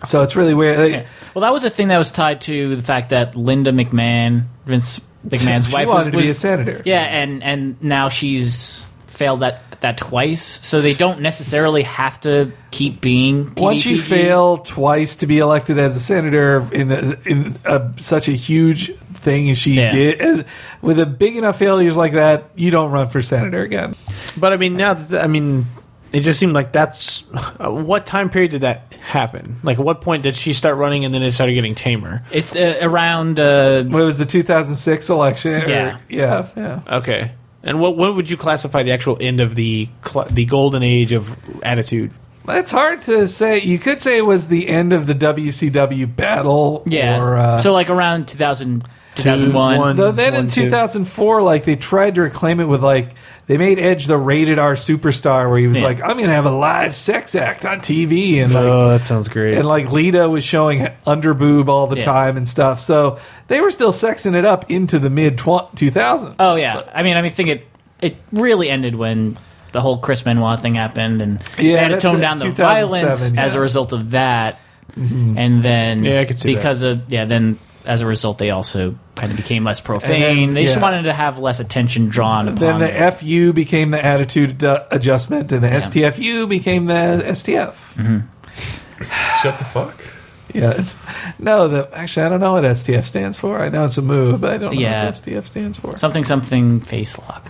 S7: so it's really weird. Like,
S6: well, that was a thing that was tied to the fact that Linda McMahon, Vince McMahon's
S7: she
S6: wife, was,
S7: wanted to be a
S6: was-
S7: senator.
S6: Yeah, and and now she's failed that that twice, so they don't necessarily have to keep being.
S7: Once you
S6: TVPG.
S7: fail twice to be elected as a senator in a, in a, such a huge thing as she
S6: Yeah.
S7: did, uh, with a big enough failures like that, you don't run for senator again.
S8: but I mean, now that I mean, it just seemed like that's uh, what time period did that happen? Like, at what point did she start running and then it started getting tamer?
S6: it's uh, around. Uh,
S7: Well, it was the 2006 election. or-
S6: Yeah.
S7: yeah, yeah.
S8: Okay, and what what would you classify the actual end of the cl- the golden age of attitude?
S7: It's hard to say. You could say it was the end of the WCW battle.
S6: Yeah.
S7: Or, uh,
S6: so like around 2000, 2001.
S8: one.
S7: though then in
S8: One, two.
S7: 2004, like they tried to reclaim it with like they made Edge the rated R superstar, where he was
S6: Yeah.
S7: like, "I'm gonna have a live sex act on TV," and like
S8: oh, that sounds great.
S7: and like Lita was showing underboob all the
S6: Yeah.
S7: time and stuff. So they were still sexing it up into the mid 2000s.
S6: Oh yeah. I mean, I mean, think it it really ended when the whole Chris Benoit thing happened, and they
S7: Yeah,
S6: had to
S7: that's
S6: tone
S7: it,
S6: down the
S7: 2007,
S6: violence as
S7: yeah.
S6: a result of that. And then
S8: Mm-hmm. Yeah, I could see that.
S6: because of yeah, then as a result, they also kind of became less profane. they just
S7: yeah.
S6: wanted to have less attention drawn.
S7: Then
S6: upon
S7: the
S6: it.
S7: FU became the attitude uh, adjustment, and the STFU became the STF.
S6: Mm-hmm.
S5: Shut the fuck.
S7: Yes. No, the actually, I don't know what STF stands for. I know it's a move, but I don't know
S6: Yeah.
S7: what STF stands for.
S6: something something face lock.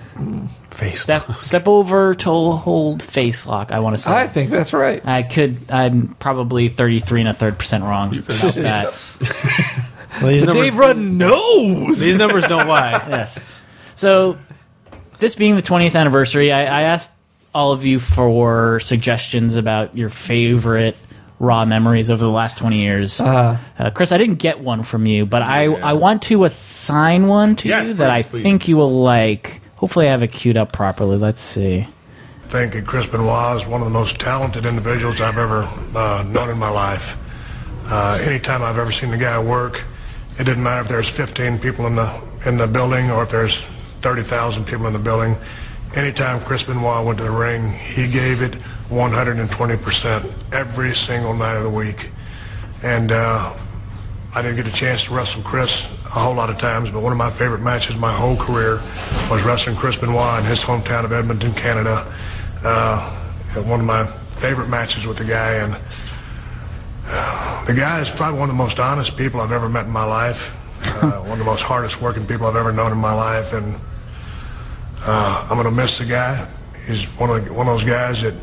S5: Face
S6: Step step over to hold face lock. I want to say.
S7: I think that's right.
S6: I could. I'm probably 33 and a third percent wrong about that.
S8: these,
S7: But
S8: numbers,
S7: Dave Rudden knows.
S8: these numbers don't lie.
S6: yes. So, this being the 20th anniversary, I, I asked all of you for suggestions about your favorite raw memories over the last 20 years. Uh, Chris, I didn't get one from you, but I, I want to assign one to
S5: Yes,
S6: you that I
S5: please, please.
S6: think you will like. Hopefully, I have it queued up properly. Let's see.
S9: think that Chris Benoit is one of the most talented individuals I've ever uh, known in my life. Uh, anytime I've ever seen the guy work, it didn't matter if there's 15 people in the in the building or if there's 30,000 people in the building. Anytime Chris Benoit went to the ring, he gave it 120% every single night of the week. And uh, I didn't get a chance to wrestle Chris a whole lot of times, but one of my favorite matches my whole career was wrestling Chris Benoit in his hometown of Edmonton, Canada. Uh, and one of my favorite matches with the guy, and the guy is probably one of the most honest people I've ever met in my life. Uh, one of the most hardest working people I've ever known in my life, and uh, I'm gonna miss the guy. He's one of the, one of those guys that,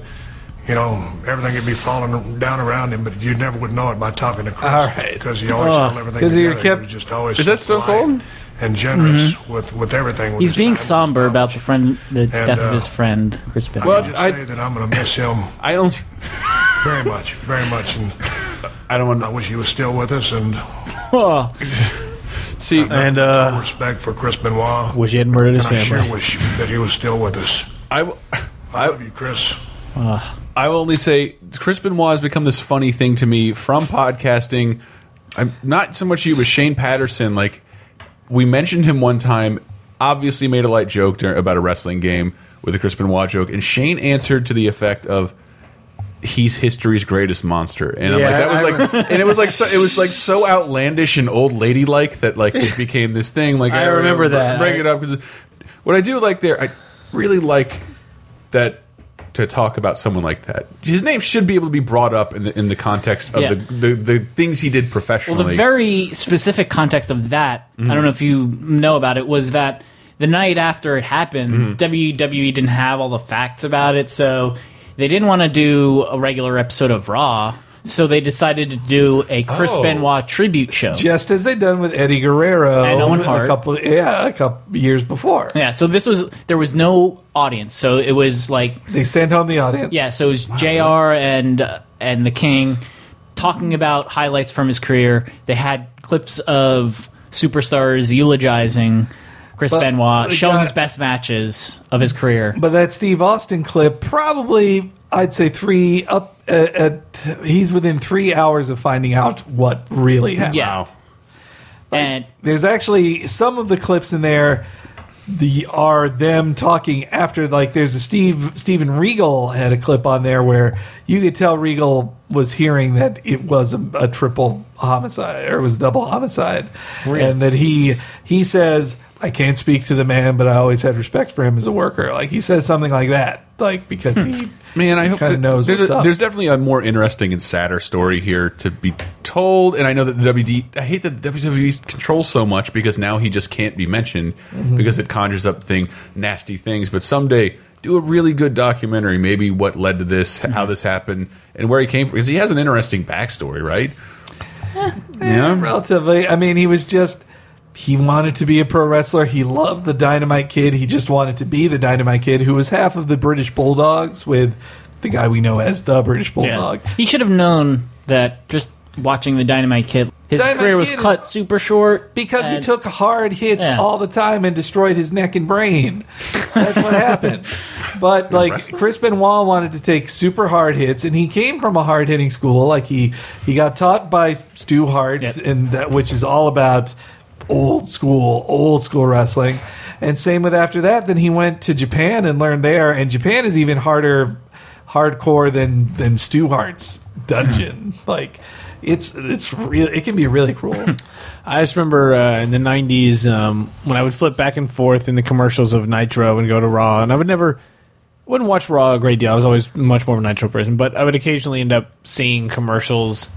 S9: you know, everything could be falling down around him, but you never would know it by talking to Chris.
S7: All right.
S9: Because he always
S5: Oh,
S9: held everything
S7: 'cause he
S9: together.
S7: kept-
S9: was just always
S5: Is that still
S9: polite
S5: cold? Mm-hmm.
S9: And generous with with everything. with
S6: He's
S9: his
S6: being
S9: time.
S6: somber about the friend, the death
S9: uh,
S6: of his friend, Chris Benoit.
S9: I can just
S5: I-
S9: say that I'm gonna miss him
S5: I don't.
S9: very much, very much, and
S5: I don't want
S9: I wish he was still with us. And
S6: Oh,
S5: see.
S8: And uh,
S9: respect for Chris Benoit.
S8: wish he hadn't murdered his
S9: And I sure
S8: family.
S9: wish that he was still with us.
S5: I will-
S9: I love you, Chris.
S5: I will only say Chris Benoit has become this funny thing to me from podcasting. I'm not so much you, but Shane Patterson. Like we mentioned him one time, obviously made a light joke dur about a wrestling game with a Chris Benoit joke, and Shane answered to the effect of. He's history's greatest monster, and I'm
S7: Yeah,
S5: like that was
S7: I
S5: like, and it was like so, it was like so outlandish and old lady like that like it became this thing. Like
S8: I remember
S5: br-
S8: that.
S5: Bring it up 'cause what I do like there, I really like that to talk about someone like that. His name should be able to be brought up in the in the context of
S6: Yeah.
S5: the, the the things he did
S6: Well,
S5: professionally.
S6: the very specific context of that, I don't know if you know about it, was that the night after it happened,
S5: Mm-hmm.
S6: WWE didn't have all the facts about it, so they didn't want to do a regular episode of Raw, so they decided to do a Chris
S5: Oh.
S6: Benoit tribute show.
S7: Just as they'd done with Eddie Guerrero
S6: And Owen
S7: a
S6: Hart.
S7: couple, yeah, a couple years before.
S6: Yeah, so this was there was no audience, so it was like
S7: They sent home the audience.
S6: yeah, so it was Jr. and uh, and the King talking about highlights from his career. They had clips of superstars eulogizing Chris
S7: But- uh,
S6: Benoit,
S7: but
S6: showing
S7: God-
S6: his best matches of his career.
S7: But that Steve Austin clip, probably, I'd say three up at, at he's within three hours of finding out what really happened.
S6: yeah, and
S7: There's actually some of the clips in there. The are them talking after like there's a Steve Steven Regal had a clip on there where you could tell Regal was hearing that it was a, a triple homicide or it was double homicide, and that he he says I can't speak to the man, but I always had respect for him as a worker. Like he says something like that, like because he
S5: Hmm. Man, I hope
S7: kinda
S5: that-
S7: knows
S5: there's
S7: what's
S5: a,
S7: up.
S5: there's definitely a more interesting and sadder story here to be told. And I know that the WD I hate that the WWE controls so much because now he just can't be mentioned
S7: Mm-hmm.
S5: because it conjures up thing nasty things. But someday do a really good documentary, maybe what led to this,
S7: Mm-hmm.
S5: how this happened, and where he came from because he has an interesting backstory, right? yeah.
S7: Eh, Relatively. I mean, he was just. He wanted to be a pro wrestler. He loved the Dynamite Kid. He just wanted to be the Dynamite Kid, who was half of the British Bulldogs with the guy we know as the British Bulldog.
S6: he should have known that just watching the Dynamite Kid, his
S7: Dynamite
S6: career was
S7: Kid is-
S6: cut super short
S7: Because he
S6: and-
S7: took hard hits
S6: Yeah.
S7: all the time and destroyed his neck and brain. That's what happened. But like Chris Benoit wanted to take super hard hits, and he came from a hard hitting school. Like he he got taught by Stu Hart,
S6: Yep.
S7: and that which is all about old school, old school wrestling. And same with after that. Then he went to Japan and learned there. And Japan is even harder, hardcore than than Stu Hart's dungeon. like it's it's real. It can be really cruel.
S8: I just remember uh, in the '90s um, when I would flip back and forth in the commercials of Nitro and go to Raw, and I would never wouldn't watch Raw a great deal. I was always much more of a Nitro person, but I would occasionally end up seeing commercials.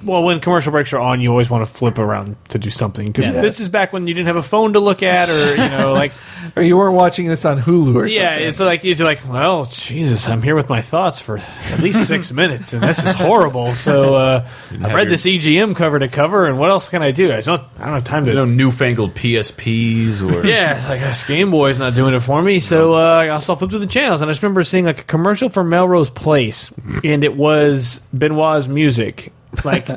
S8: Well, when commercial breaks are on, you always want to flip around to do something. 'Cause
S7: Yeah.
S8: This is back when you didn't have a phone to look at, or you know, like
S7: or you weren't watching this on Hulu or
S8: yeah,
S7: something.
S8: it's like it's like well, Jesus, I'm here with my thoughts for at least six minutes, and this is horrible. So uh, I've
S5: have
S8: read
S5: your-
S8: this EGM cover to cover, and what else can I do? I don't, I don't have time to.
S5: No newfangled PSPs or
S8: Yeah, it's like this Game Boy's not doing it for me, so uh, I'll still flip through the channels. And I just remember seeing like a commercial for Melrose Place, and it was Benoit's music. Like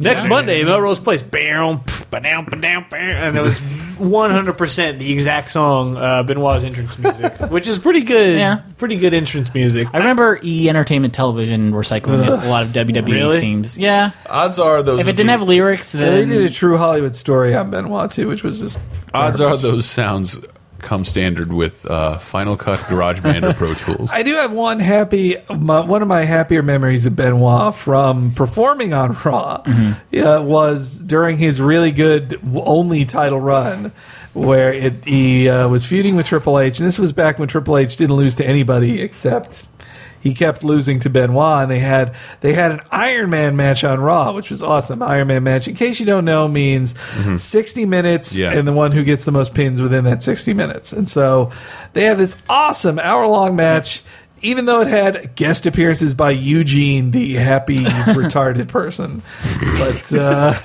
S8: next Monday, Melrose Place, bam, pff, ba-dam, ba-dam, bam, and it was one hundred percent the exact song uh, Benoit's entrance music, which is pretty good.
S6: Yeah.
S8: pretty good entrance music.
S6: I remember E Entertainment Television recycling a lot of WWE
S8: Really?
S6: themes. Yeah,
S5: Odds are those.
S6: if it
S5: would
S6: didn't
S5: be-
S6: have lyrics,
S7: Yeah, they
S6: then
S7: did a true Hollywood story on Benoit too, which was just
S5: odds are those sounds come standard with uh, Final Cut, GarageBand, or Pro Tools.
S7: I do have one happy, my, one of my happier memories of Benoit from performing on Raw uh, was during his really good w- only title run, where it, he uh, was feuding with Triple H, and this was back when Triple H didn't lose to anybody except. He kept losing to Benoit, and they had they had an Iron Man match on Raw, which was awesome. Iron Man match, in case you don't know, means sixty minutes,
S5: Yeah.
S7: and the one who gets the most pins within that 60 minutes. And so they have this awesome hour long match, even though it had guest appearances by Eugene, the happy, retarded person. But uh,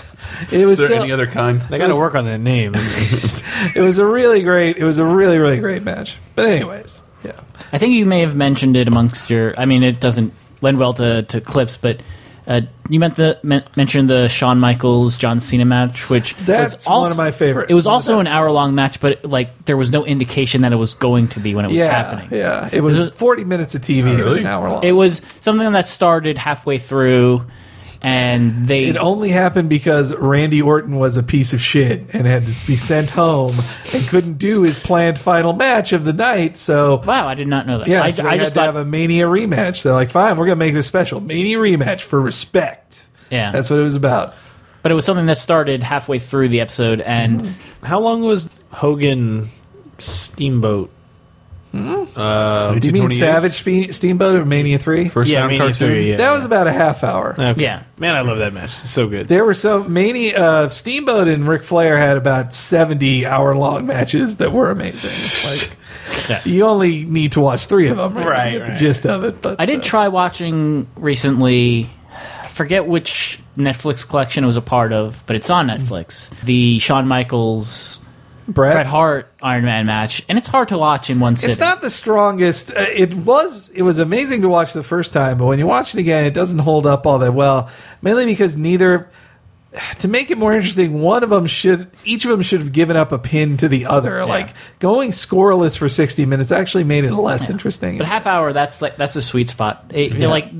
S7: it was
S5: Is there
S7: still,
S5: any other kind?
S8: I got to work on that name.
S7: it was a really great it was a really really great match. But anyways, yeah.
S6: I think you may have mentioned it amongst your. I mean, it doesn't lend well to, to clips, but uh, you meant the men, mentioned the Shawn Michaels John Cena match, which was
S7: That's
S6: also,
S7: one of my favorite.
S6: It was
S7: One of the
S6: also an
S7: best.
S6: hour long match, but like there was no indication that it was going to be when it was
S7: yeah,
S6: happening.
S7: yeah. It was 40 minutes of TV,
S5: Really?
S7: an hour long.
S6: It was something that started halfway through, and they
S7: It only happened because Randy Orton was a piece of shit and had to be sent home and couldn't do his planned final match of the night. So
S6: wow, I did not know that.
S7: yeah,
S6: I,
S7: so they
S6: I
S7: had
S6: just
S7: to
S6: thought
S7: have a Mania rematch. They're like, fine, we're gonna make this special Mania rematch for respect.
S6: Yeah.
S7: that's what it was about.
S6: but it was something that started halfway through the episode, and
S8: Mm-hmm. How long was Hogan Steamboat? Oh, Um,
S7: Do you mean
S5: 1928?
S7: Savage Spe- Steamboat or Mania Three?
S5: First sound
S8: Mania
S5: cartoon?
S8: three, yeah.
S7: that was about a half hour.
S8: Okay.
S6: Yeah.
S8: man, I love that match. It's so good.
S7: There were so many. Uh, Steamboat and Ric Flair had about seventy hour-long matches that were amazing. Like,
S6: Yeah.
S7: you only need to watch three of them, right?
S8: Right,
S7: to get
S8: right.
S7: The gist of it. But uh,
S6: I did try watching recently. I forget which Netflix collection it was a part of, but it's on
S7: Mm-hmm.
S6: Netflix. The Shawn Michaels
S7: Bret,
S6: Bret Hart Iron Man match, and it's hard to watch in one sitting.
S7: It's not the strongest. Uh, it was. It was amazing to watch the first time, but when you watch it again, it doesn't hold up all that well. Mainly because neither. To make it more interesting, one of them should. Each of them should have given up a pin to the other. Like going scoreless for sixty minutes actually made it less interesting.
S6: but half hour. That's like that's a sweet spot. It, it, Like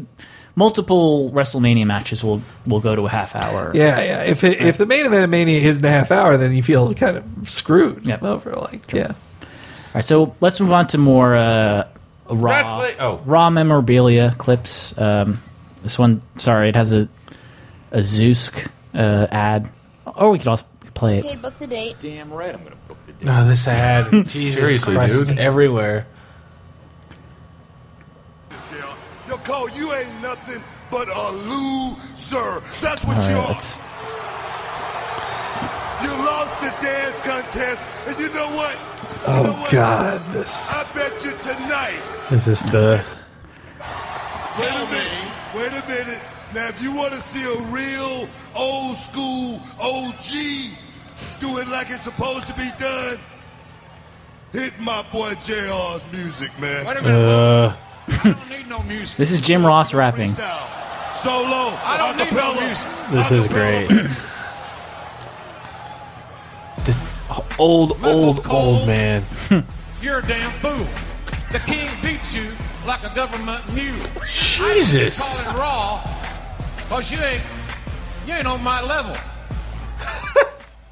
S6: multiple WrestleMania matches will will go to a half hour.
S7: Yeah, yeah. If it, if the main event of Mania isn't a half hour, then you feel kind of screwed
S6: Yep.
S7: over. Like, yeah,
S6: All right, so let's move on to more uh, raw
S5: Wrestling- oh.
S6: raw memorabilia clips. Um, this one, sorry, it has a a Zeusk uh, ad, or we could also play it.
S10: Okay, book the date.
S8: Oh, this ad. Jesus
S5: Seriously,
S8: Christ,
S5: dude.
S8: it's everywhere.
S3: Yo, Cole, you ain't nothing but a loser. That's what
S6: All
S3: you
S6: right,
S3: are.
S6: let's-
S3: You lost the dance contest, and you know what? You know
S7: Oh
S3: what?
S7: God, this.
S3: I bet you tonight.
S8: Is this the?
S3: Wait a minute. Wait a minute. Now, if you want to see a real old school OG do it like it's supposed to be done, hit my boy JR's music, man.
S2: Wait a minute.
S8: Uh,
S2: I don't need no music.
S6: This is Jim Ross rapping.
S3: Freestyle. Solo.
S2: I don't need no music.
S3: acapella.
S8: This is great. this old, old, old man.
S2: You're a damn fool. The king beats you like a government mule.
S8: Jesus.
S2: Call it raw, cause you ain't you ain't on my level.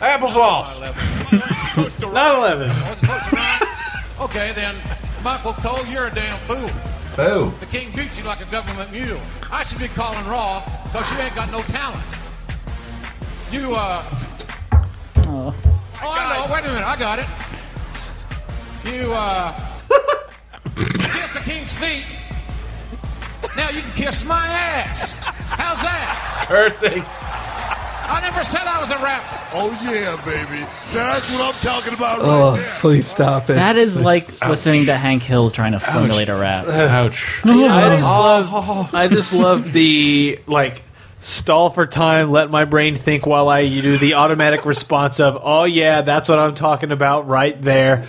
S8: Applesauce.
S2: level. I wasn't supposed to rhyme. I
S8: 9-11.
S2: wasn't supposed to rhyme. Okay, then, Michael Cole, you're a damn fool.
S5: Boom.
S2: The king beats you like a government mule. I should be calling Raw Because you ain't got no talent. You, uh. Oh, I know. Wait a minute. I got it. You, uh. kiss the king's feet. Now you can kiss my ass. How's that?
S10: Cursing.
S2: I never said I was a rapper.
S3: Uh, Oh yeah, baby. That's what I'm talking about
S7: Oh,
S3: right there.
S7: please stop it.
S6: That is like listening to Hank Hill trying to formulate a rap.
S10: Ouch.
S8: I just love. I just love the like stall for time. Let my brain think while I you do the automatic response of oh yeah, that's what I'm talking about right there.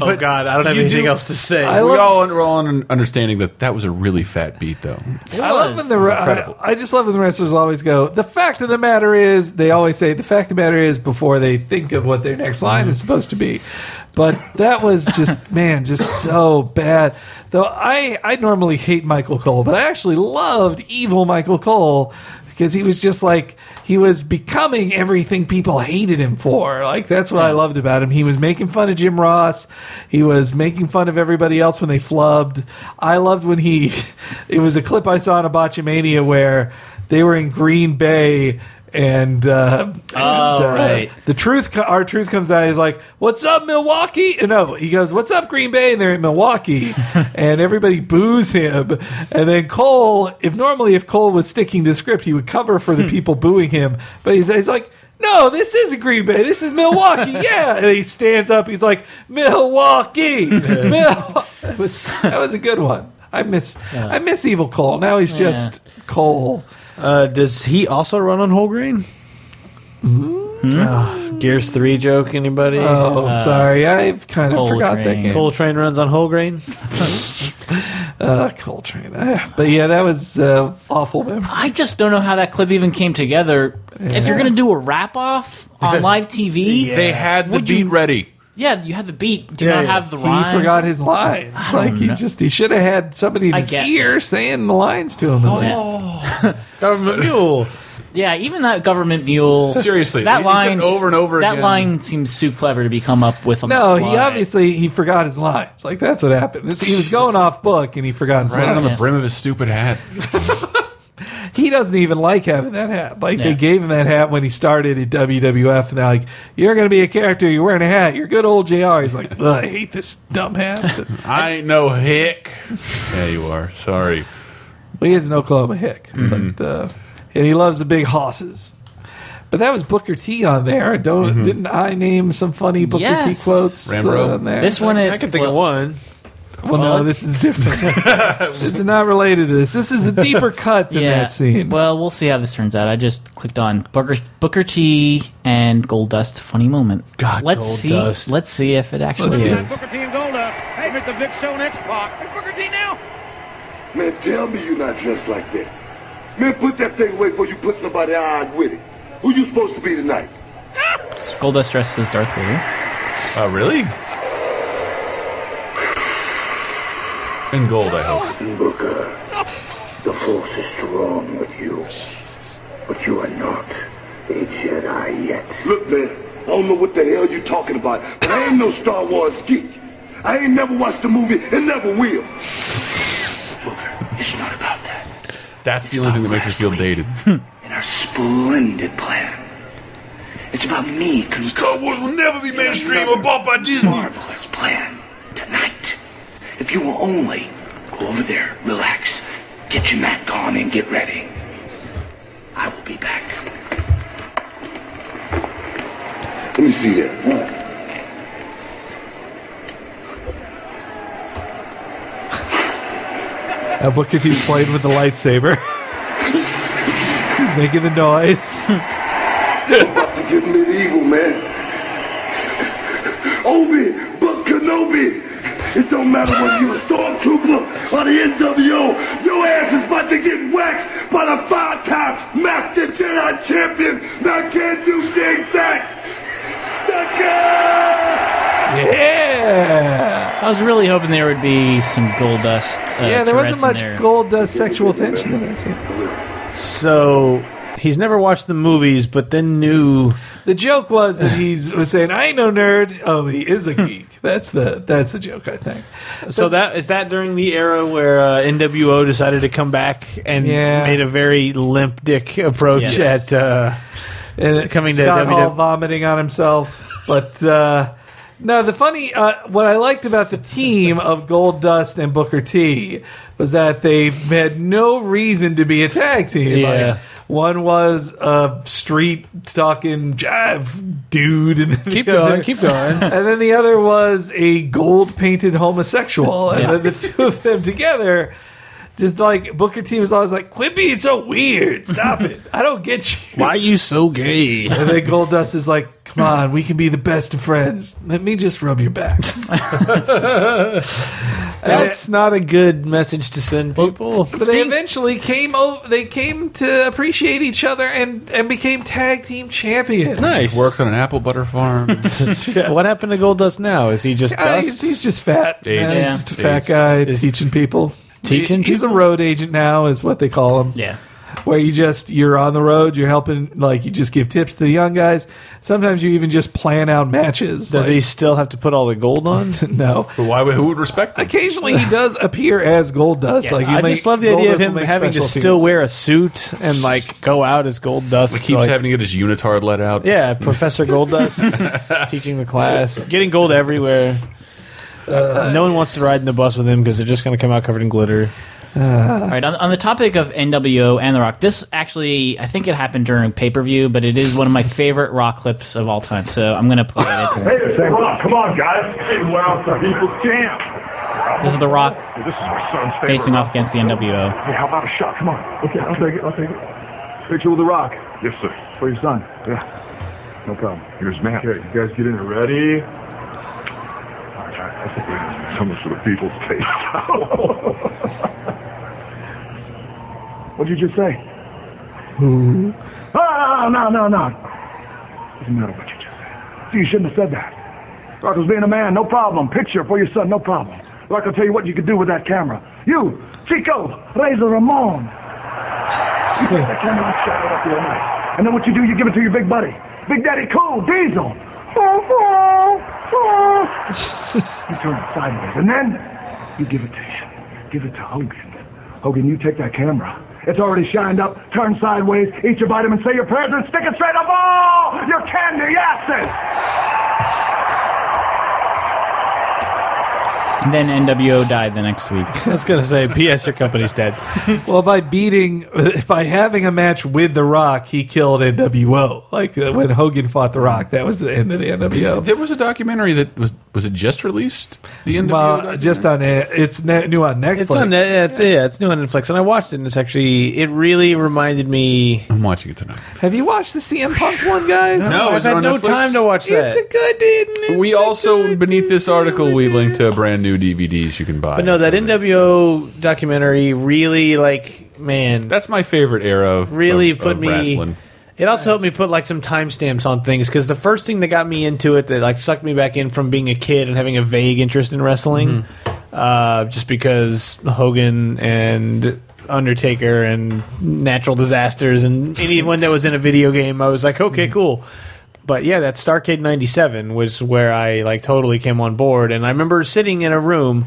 S8: Oh God, I don't have
S5: you
S8: anything
S5: do-
S8: else to say.
S7: I
S5: we
S7: love-
S5: all we're all un- understanding that that was a really fat beat, though.
S7: I love when the
S5: incredible.
S7: I, I just love when the wrestlers always go. The fact of the matter is, they always say the fact of the matter is before they think of what their next line is supposed to be. But that was just man, just so bad. Though I I normally hate Michael Cole, but I actually loved evil Michael Cole because he was just like he was becoming everything people hated him for. Like that's what I loved about him. He was making fun of Jim Ross. He was making fun of everybody else when they flubbed. I loved when he. It was a clip I saw in a Botchamania where they were in Green Bay. And, uh, and, uh,
S6: right.
S7: the truth, co- our truth comes out. He's like, "What's up, Milwaukee?" And no, he goes, "What's up, Green Bay?" And they're in Milwaukee, and everybody boos him. And then Cole, if normally if Cole was sticking to script, he would cover for the people booing him. But he's, he's like, "No, this isn't Green Bay. This is Milwaukee." yeah, and he stands up. He's like, "Milwaukee, Mil-" It was, that was a good one. I miss, I miss Evil Cole. Now he's just Cole.
S8: Uh, does he also run on whole grain? Ah, Gears three joke? Anybody?
S7: Hmm?
S8: Uh,
S7: Oh,
S6: Uh,
S7: sorry, I've kind of
S6: Cole
S7: forgot that
S6: Train.
S7: game.
S8: Coal train runs on whole grain.
S7: Uh, Coltrane. Ah, But yeah, that was uh, awful memory.
S6: I just don't know how that clip even came together. If you're gonna do a rap off on live TV, yeah.
S5: They had the
S6: Would
S5: beat
S6: you-
S5: ready.
S6: you had the beat, do
S8: Yeah,
S6: not
S8: yeah.
S6: have the
S7: He
S6: rhyme.
S7: forgot his lines. Like he
S6: know.
S7: just he should have had somebody in
S6: I
S7: his
S6: get Oh,
S7: ear saying the lines to him. Oh. at least.
S8: Government mule.
S6: Yeah, even that government mule.
S5: Seriously,
S6: that
S5: he said
S6: line
S5: over and over
S6: That
S5: again.
S6: line seems too clever to be come up with. On
S7: No,
S6: the
S7: he
S6: fly.
S7: obviously he forgot his lines. Like that's what happened. This, he was going off book and he forgot his
S5: Right on
S7: lines.
S5: the
S6: Yes.
S5: brim of his stupid hat.
S7: He doesn't even like having that hat. Like they
S6: Yeah.
S7: gave him that hat when he started at WWF, and they're like, "You're going to be a character. You're wearing a hat. You're good old Jr." He's like, "Ugh, "I hate this dumb hat."
S5: I ain't no hick. yeah, you are. Sorry.
S7: Well, he is an Oklahoma hick,
S5: Mm-hmm.
S7: but uh, and he loves the big hosses. But that was Booker T on there. Don't didn't I name some funny Booker T
S6: Yes.
S7: quotes
S5: Mm-hmm. Rambo.
S7: on there?
S6: This one, it,
S8: I can think
S6: well,
S8: of one.
S7: well, no, this is different. this is not related to this. This is a deeper cut than
S6: yeah.
S7: that scene.
S6: Well, we'll see how this turns out. I just clicked on Booker, Booker T and Gold Dust. Funny moment.
S8: God,
S6: let's
S8: Gold
S6: see.
S8: Dust.
S6: Let's see if it actually is.
S2: Booker T and Goldust. Hey, make the big show next Pac. Hey, Booker T now.
S11: Man, tell me you're not dressed like that. Man, put that thing away before you put somebody on with it. Who you supposed to be tonight?
S6: Gold Dust dressed as Darth Vader.
S5: Oh, really? In gold, I hope.
S11: Booker, the force is strong with you. But you are not a Jedi yet. Look, man, I don't know what the hell you're talking about, but I ain't no Star Wars geek. I ain't never watched the movie and never will. Booker, it's not about that.
S5: That's the only thing that makes us feel dated.
S11: and our splendid plan. It's about me. Star Wars will never be mainstream or bought by Disney. Marvelous plan tonight. If you will only go over there, relax, get your Mac on, and get ready. I will be back. Let me see that.
S7: now Booker T's playing with the lightsaber. He's making the noise.
S6: Uh,
S11: About to get medieval, man. Obi, Buck Kenobi. It don't matter whether you're a stormtrooper or the NWO. Your ass is about to get waxed by the five-time Master Jedi Champion. Now can't you dig that, sucker?
S7: Yeah,
S6: I was really hoping there would be some Gold Dust. Uh,
S7: yeah. There wasn't
S6: Tourette's in
S7: much
S6: there.
S7: gold dust sexual tension in that scene.
S8: So he's never watched the movies, but then knew
S7: The joke was that he's was saying, "I ain't no nerd." Oh, he is a geek. That's the that's the joke, I think.
S8: So that is that during the era where uh, NWO decided to come back and
S7: Yeah.
S8: made a very limp dick approach
S7: Yes.
S8: at uh,
S7: and
S8: coming to E.
S7: Scott Hall
S8: WWE.
S7: vomiting on himself. But uh, no, the funny uh, what I liked about the team of Gold Dust and Booker T was that they had no reason to be a tag team.
S6: Yeah.
S7: Like, one was a street talking jive dude, and then
S8: Keep
S7: the other-
S8: going, keep going.
S7: and then the other was a gold painted homosexual, and then the two of them together. Just like Booker T was always like, "Quit being so weird! Stop it! I don't get you."
S8: Why are you so gay?
S7: And then Goldust is like, "Come on, we can be the best of friends. Let me just rub your back."
S8: That's not a good message to send people.
S7: But they eventually came over. They came to appreciate each other and and became tag team champions.
S8: Nice.
S5: Worked on an apple butter farm.
S8: What happened to Goldust now? Is he just
S7: Uh,
S8: dust?
S7: he's, he's just fat. man.
S5: Aids.
S7: He's just a fat
S5: Aids.
S7: guy
S8: Is-
S7: teaching people.
S8: Teaching
S7: He- He's a road agent now, is what they call him.
S6: Yeah.
S7: Where you just you're on the road, you're helping, like you just give tips to the young guys. Sometimes you even just plan out matches.
S8: Does
S7: like,
S8: he still have to put all the gold on?
S7: No.
S5: But why would who would respect that?
S7: Occasionally, he does appear as Gold Dust. Like you
S8: I
S7: make-
S8: just love the idea
S7: Goldust
S8: of
S7: will
S8: him
S7: make
S8: having to
S7: special
S8: still wear a
S7: appearances.
S8: suit and like go out as Gold Dust.
S5: Keeps
S8: like-
S5: having to get his unitard let out.
S8: yeah, Professor Gold Dust teaching the class, getting gold everywhere. Uh, no one wants to ride in the bus with him because they're just going to come out covered in glitter. Ah.
S6: All
S8: Uh,
S6: right, on, on the topic of NWO and The Rock, this actually, I think it happened during pay per view, but it is one of my favorite Rock clips of all time, so I'm going to play it. It's-
S11: Hey, say, Rock, come on, guys. Hey, wow, the people's champ.
S6: This is The Rock
S11: This is my son's favorite.
S6: facing off against the NWO.
S11: Hey, how about a shot? Come on. Okay, I'll take it. I'll take it. Picture with the rock. Yes, sir. For your son. Yeah. No problem. Here's Matt. Okay, you guys get in. Ready? All right, I think we have Something for the people's taste. What'd you just say? Who? Oh, no, no, no. Doesn't matter what you just said. See, you shouldn't have said that. Rock was being a man, no problem. Picture for your son, no problem. Rock will tell you what you could do with that camera. You, Chico, Razor Ramon. You take that camera and shove it up your night. And then what you do, you give it to your big buddy. Big Daddy Cool, Diesel. You turn it sideways, and then you give it to him. Give it to Hogan. Hogan, you take that camera. It's already shined up. Turn sideways, eat your vitamins, say your prayers, and stick it straight up all your candy asses.
S6: And then NWO died the next week.
S8: I was going to say, P.S. Your company's dead.
S7: Well, by beating, by having a match with The Rock, he killed NWO. Like uh, when Hogan fought The Rock, that was the end of the NWO.
S5: There was a documentary that was was it just released? The end
S7: Well, just on it- it's ne- new on Netflix.
S8: It's on. Yeah, it's, yeah, it's new on Netflix, and I watched it, and it's actually it really reminded me.
S5: I'm watching it tonight.
S7: Have you watched the CM Punk one, guys?
S5: No,
S8: I've
S5: is it
S8: had
S5: on
S8: no
S5: Netflix?
S8: time to watch
S7: it's
S8: that.
S7: a good. It's
S5: we
S7: a
S5: also
S7: good-
S5: beneath this article we linked to brand new DVDs you can buy.
S8: but no, that
S5: So
S8: NWO documentary really like man.
S5: That's my favorite era of
S8: really
S5: of-
S8: put
S5: of
S8: me.
S5: wrestling.
S8: It also helped me put like some timestamps on things because the first thing that got me into it that like sucked me back in from being a kid and having a vague interest in wrestling, uh, just because Hogan and Undertaker and natural disasters and anyone that was in a video game, I was like, okay, cool. But yeah, that Starcade '97 was where I like totally came on board, and I remember sitting in a room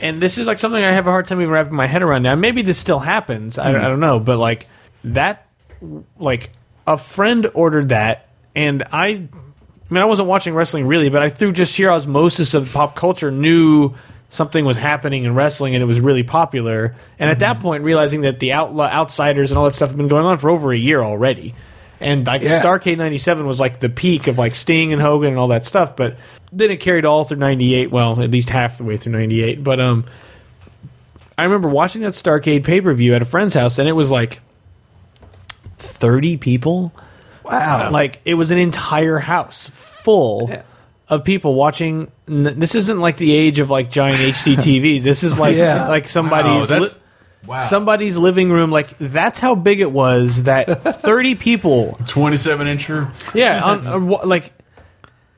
S8: and this is like something I have a hard time even wrapping my head around now. Maybe this still happens. I, don't, I don't know, but like that, like a friend ordered that, and I, I mean, I wasn't watching wrestling really, but I through just sheer osmosis of pop culture knew something was happening in wrestling, and it was really popular. And at that point, realizing that the outlaw outsiders and all that stuff have been going on for over a year already. And like
S7: Yeah.
S8: Starcade '97 was like the peak of like Sting and Hogan and all that stuff, but then it carried all through '98. Well, at least half the way through '98. But um, I remember watching that Starcade pay per view at a friend's house, and it was like thirty people.
S7: Wow.
S8: Like it was an entire house full of people watching. n- This isn't like the age of like giant HD TVs. This is like
S7: Yeah.
S8: like somebody's.
S5: Wow,
S8: li-
S5: that's- wow.
S8: Somebody's living room, like that's how big it was. That thirty people
S5: 27 incher.
S8: yeah, on, uh, wha- like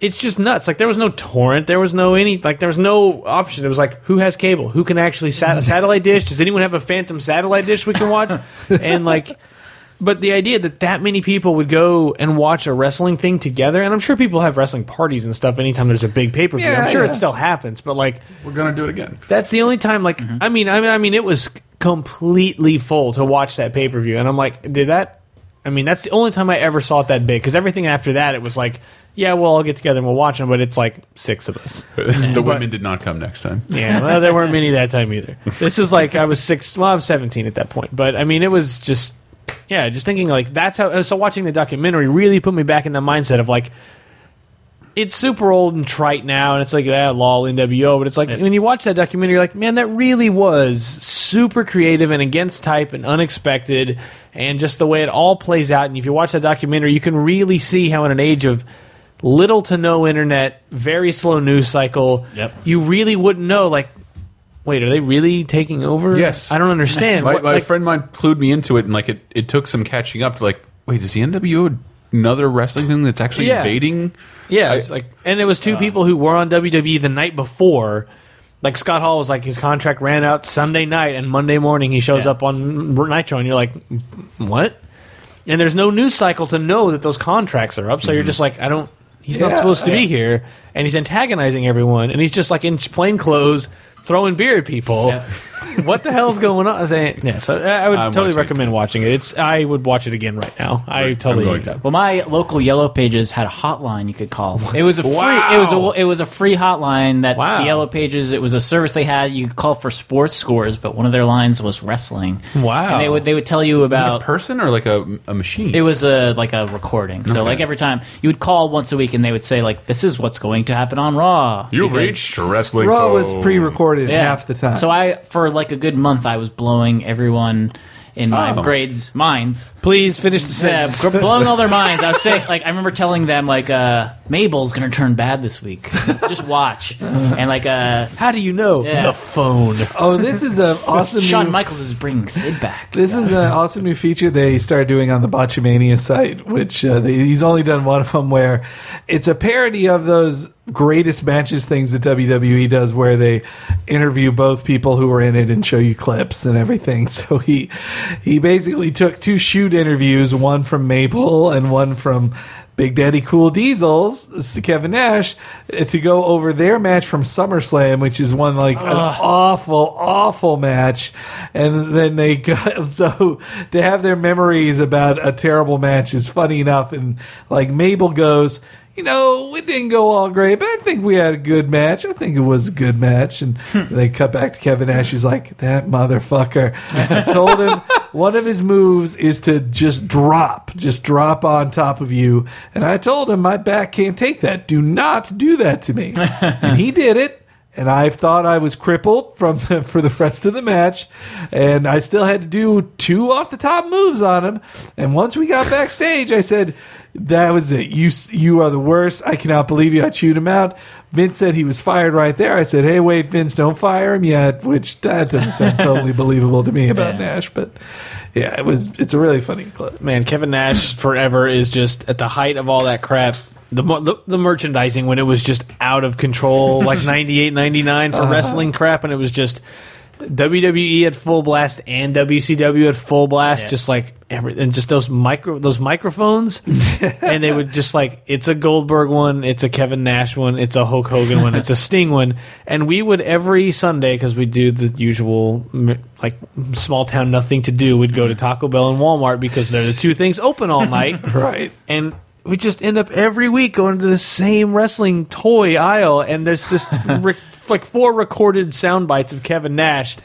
S8: it's just nuts. Like there was no torrent, there was no any, like there was no option. It was like who has cable, who can actually sat- satellite dish? Does anyone have a phantom satellite dish we can watch? And like But the idea that that many people would go and watch a wrestling thing together, and I'm sure people have wrestling parties and stuff anytime there's a big pay per view.
S7: Yeah,
S8: I'm sure
S7: yeah.
S8: it still happens, but like
S5: We're gonna do it again.
S8: that's the only time. Like
S5: Mm-hmm.
S8: I mean, I mean, I mean, it was completely full to watch that pay per view, and I'm like, did that? I mean, that's the only time I ever saw it that big because everything after that, it was like, yeah, we'll all get together and we'll watch them, but it's like six of us.
S5: the women did not come next time.
S8: Yeah, well, there weren't many that time either. This is like I was six. Well, I was seventeen at that point, but I mean, it was just yeah, just thinking like that's how. So watching the documentary really put me back in the mindset of like. It's super old and trite now, and it's like ah, lol NWO. But it's like when you watch that documentary, you're like, man, that really was super creative and against type and unexpected, and just the way it all plays out. And if you watch that documentary, you can really see how in an age of little to no internet, very slow news cycle,
S6: Yep.
S8: you really wouldn't know. Like, wait, are they really taking over?
S5: Yes.
S8: I don't understand.
S5: My,
S8: What-
S5: my
S8: like-
S5: friend of mine clued me into it, and like it, it took some catching up to like, wait, is the NWO another wrestling thing that's actually
S8: Yeah.
S5: invading?
S8: Yeah,
S5: I-
S8: it's like, and it was two people who were on WWE the night before. Like Scott Hall was like his contract ran out Sunday night, and Monday morning he shows
S6: Yeah.
S8: up on Nitro, and you're like, what? And there's no news cycle to know that those contracts are up, so you're just like, I don't. He's not
S7: Yeah,
S8: supposed to be here, and he's antagonizing everyone, and he's just like in plain clothes throwing beer at people. what the hell's going on? I say- Yeah, so uh, I I would
S5: I'm
S8: totally
S5: watching it.
S8: recommend watching it. It's I would watch it again right now. I totally
S5: going
S8: hooked
S5: to.
S8: up.
S6: Well, my local Yellow Pages had a hotline you could call. It was a free. It was a it was a free hotline that
S8: Wow.
S6: the Yellow Pages. It was a service they had. You could call for sports scores, but one of their lines was wrestling.
S8: Wow.
S6: And they would they would tell you
S5: Is it a
S6: about.
S5: person or like a, a machine?
S6: It was a like a recording. So
S5: Okay.
S6: like every time you would call once a week, and they would say like, "This is what's going to happen on Raw."
S5: You've
S6: because-
S5: reached wrestling.
S7: Raw was
S8: oh.
S5: phone.
S7: pre-recorded
S6: Yeah.
S7: half the time.
S6: So I for like a good month, I was blowing everyone in my
S8: Oh.
S6: grades minds.
S8: Please finish the
S6: Yeah,
S8: sentence.
S6: gr- blowing all their minds. I was saying, like, I remember telling them, like, uh, Mabel's gonna turn bad this week. Just watch. And like, uh,
S8: How do you know?
S6: Yeah.
S8: The phone.
S7: oh, this is an awesome.
S6: Shawn
S7: new-
S6: Michaels is bringing Sid back.
S7: This is an awesome new feature they started doing on the Botchamania site, which uh, they, he's only done one of them where it's a parody of those greatest matches things that WWE does, where they interview both people who were in it and show you clips and everything. So he he basically took two shoot interviews, one from Maple and one from. Big Daddy Cool Diesels, this is Kevin Nash, uh, to go over their match from SummerSlam, which is one like an awful, awful match. And then they got so to have their memories about a terrible match is funny enough. And like Mabel goes, you know, it didn't go all great, but I think we had a good match. I think it was a good match. And they cut back to Kevin Nash. He's like, that motherfucker. I told him one of his moves is to just drop, just drop on top of you. And I told him, my back can't take that. Do not do that to me. and he did it. And I thought I was crippled from the, for the rest of the match, and I still had to do two off the top moves on him. And once we got backstage, I said, "That was it. You s- you are the worst. I cannot believe you. I chewed him out." Vince said he was fired right there. I said, "Hey, wait, Vince, don't fire him yet." Which that doesn't sound totally believable to me about Nash, but yeah, it was. It's a really funny clip.
S8: Man, Kevin Nash forever is just at the height of all that crap. The, mo- the, the merchandising when it was just out of control, like 98, 99 for wrestling crap, and it was just WWE at full blast and WCW at full blast, just like every and just those micro those microphones, and they would just like it's a Goldberg one, it's a Kevin Nash one, it's a Hulk Hogan one, it's a Sting one, and we would every Sunday because we do the usual m- like small town nothing to do, we'd go to Taco Bell and Walmart because they're the two things open all night,
S7: Right.
S8: and we just end up every week going to the same wrestling toy aisle, and there's just re- like four recorded sound bites of Kevin Nash,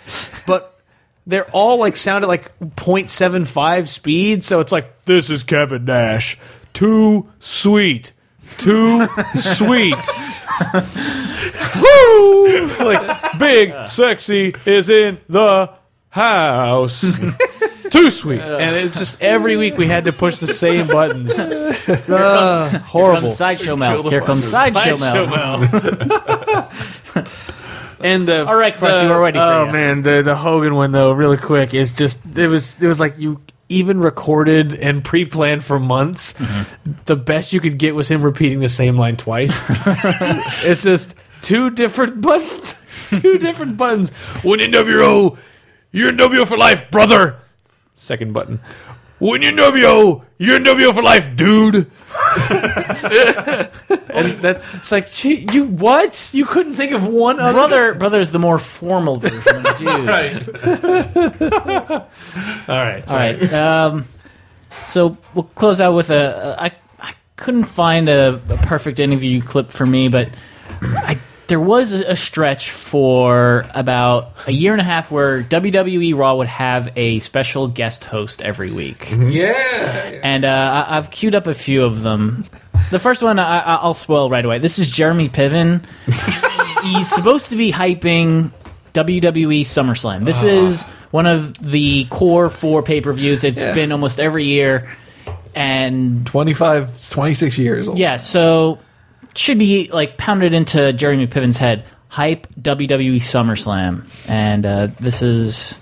S8: but they're all like sound at like 0.75 speed, so it's like this is Kevin Nash, too sweet, too sweet. Woo! Like big sexy is in the house. Too sweet,
S6: Uh.
S8: and it's just every week we had to push the same buttons. Uh,
S6: Here
S8: horrible.
S6: comes Sideshow Mel. Here comes Sideshow Mel.
S8: and the
S6: All right, Krusty,
S8: the-
S6: we're waiting for
S8: Oh
S6: you.
S8: man, the the Hogan one though, really quick, is just it was it was like you even recorded and pre-planned for months. The best you could get was him repeating the same line twice. it's just two different buttons, two different buttons. When NWO, you're NWO for life, brother. Second button. When you're NWO, you're NWO for life, dude. and that it's like, gee, you what? You couldn't think of one other
S6: brother, brother is the more formal version of dude.
S8: Right. All right.
S6: All
S8: sorry.
S6: right. Um, so we'll close out with a. a I, I couldn't find a, a perfect interview clip for me, but I, there was a a stretch for about a year and a half where WWE Raw would have a special guest host every week.
S7: Yeah.
S6: And uh, I, I've queued up a few of them. The first one I, I- I'll spoil right away. This is Jeremy Piven. He's supposed to be hyping WWE SummerSlam. This is one of the core four pay per views. It's
S7: Yeah.
S6: been almost every year. And
S7: 25, 26 years old.
S6: yeah, so should be like pounded into Jeremy Piven's head. Hype WWE SummerSlam. And uh, this is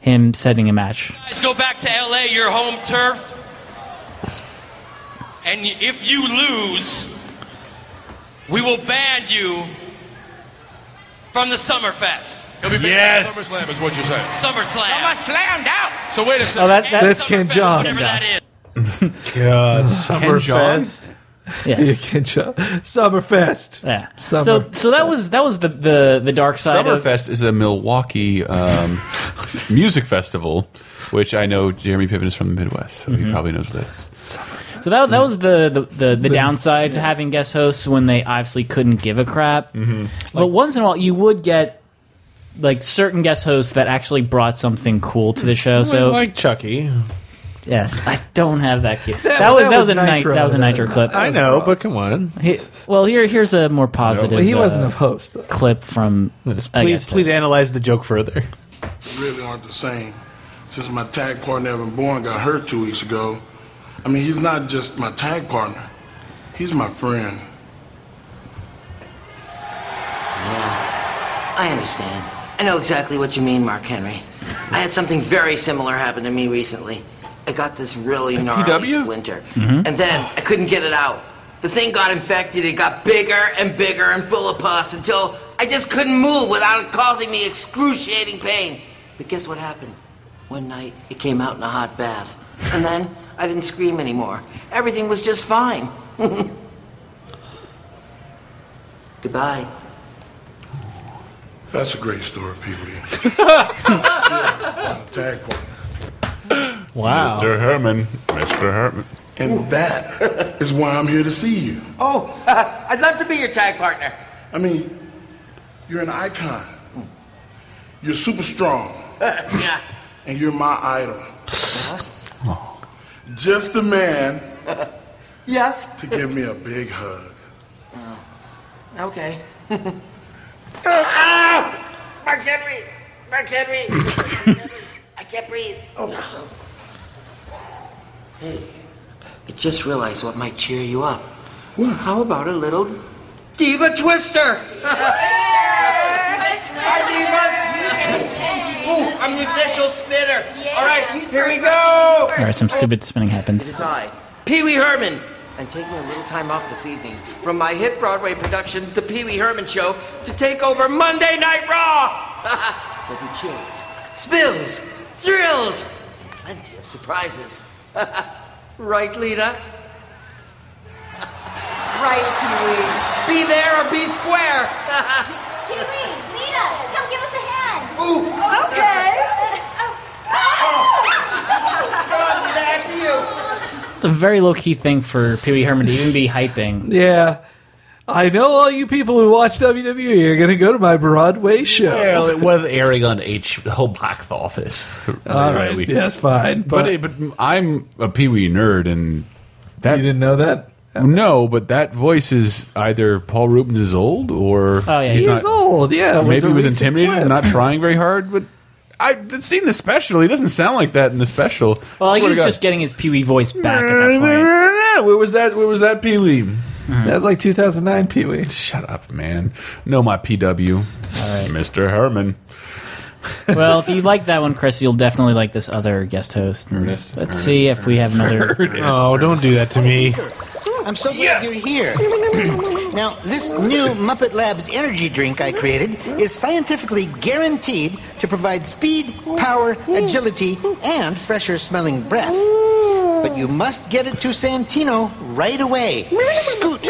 S6: him setting a match.
S10: guys go back to LA, your home turf. And y- if you lose, we will ban you from the Summerfest.
S1: He'll be big yes. SummerSlam, is what you're saying.
S10: SummerSlam.
S2: slammed out.
S1: So wait a second.
S6: Oh, that, that,
S7: That's Ken John.
S10: Whatever that is.
S7: Uh,
S8: God,
S5: Summerfest.
S7: Yeah,
S6: yes.
S7: Ken Cho- Summerfest.
S6: Yeah.
S7: Summer.
S6: So so that was that was the the, the dark side. of-
S5: Summerfest is a Milwaukee um, music festival, which I know Jeremy Piven is from the Midwest, so
S7: Mm-hmm.
S5: he probably knows what that is.
S6: so that that was the the, the, the downside to having guest hosts when they obviously couldn't give a crap.
S8: Mm-hmm.
S6: but once in a while, you would get like certain guest hosts that actually brought something cool to the show. So
S8: like Chucky.
S6: yes, I don't have that cue. That,
S7: that
S6: was that,
S7: was
S6: was a night
S7: Nitro.
S6: that was a
S7: That
S6: nitro
S7: was-
S6: clip.
S8: I know, but come on.
S6: He- well, here here's a more positive.
S7: Well, he wasn't
S6: uh,
S7: a host. Though.
S6: clip from. I
S8: Please,
S6: guess,
S8: please analyze the joke further.
S11: really aren't the same. Since my tag partner Evan Bourne got hurt two weeks ago, I mean, he's not just my tag partner, he's my friend.
S12: I understand. I know exactly what you mean, Mark Henry. I had something very similar happen to me recently. I got this really gnarly
S5: PW?
S12: splinter, and then I couldn't get it out. The thing got infected. It got bigger and bigger and full of pus until I just couldn't move without it causing me excruciating pain. But guess what happened? One night, it came out in a hot bath, and then I didn't scream anymore. Everything was just fine. Goodbye.
S11: That's a great story, PB. I'm a tag partner.
S6: Wow.
S5: Mr. Herman. Mr. Herman.
S11: And that is why I'm here to see you.
S12: Oh, I'd love to be your tag partner.
S11: I mean, you're an icon. You're super strong,
S12: yeah.
S11: and you're my idol. Just the man
S12: Yes.
S11: to give me a big hug.
S12: Okay.
S13: Ah! Mark Henry! Mark Henry! Mark Henry. I can't breathe.
S12: Oh, I just realized what might cheer you up.
S11: What?
S12: How about a little Diva Twister? Hi, Divas! Ooh, I'm the official spinner. All right, here we go.
S6: All right, some stupid spinning happens.
S12: It's I, Pee Wee Herman. I'm taking a little time off this evening from my hit Broadway production, The Pee Wee Herman Show, to take over Monday Night Raw. There'll be chills, spills, thrills, plenty of surprises. right, Lita? right, Pee Wee. Be there or be square.
S13: Pee-wee, Nita, come give us a hand.
S12: Ooh, God, back to you.
S6: It's a very low key thing for Pee Wee Herman to even be hyping.
S7: Yeah. I know all you people who watch WWE are going to go to my Broadway show.
S14: Well, it was airing on H, the whole block of the office.
S7: all right.
S5: Right.
S7: Yes, fine. But,
S5: But, it- but I'm a Pee Wee nerd, and that
S7: you didn't know that?
S5: no, but that voice is either Paul Rubens is old, or
S6: Oh, yeah,
S5: he's
S6: he
S5: not,
S7: He's old. Yeah. it
S5: Maybe
S7: a
S5: he was
S7: recent
S5: intimidated,
S7: clip.
S5: and not trying very hard. But I've seen the special; he doesn't sound like that in the special.
S6: Well, he
S5: Swear to
S6: was
S5: God.
S6: just getting his Pee Wee voice back at that point. Mm-hmm.
S5: Where was that? Where was that Pee Wee?
S7: That was like 2009 Pee Wee.
S5: Shut up, man. No, my PW, Mr. Herman.
S6: Well, if you like that one, Chris, you'll definitely like this other guest host.
S5: Ernest,
S6: Let's see if we have another.
S8: Oh, don't do that to me.
S13: I'm so glad you're here. now, this new Muppet Labs energy drink I created is scientifically guaranteed
S15: to provide speed, power, agility, and fresher smelling breath. But you must get it to Santino right away. Scoot!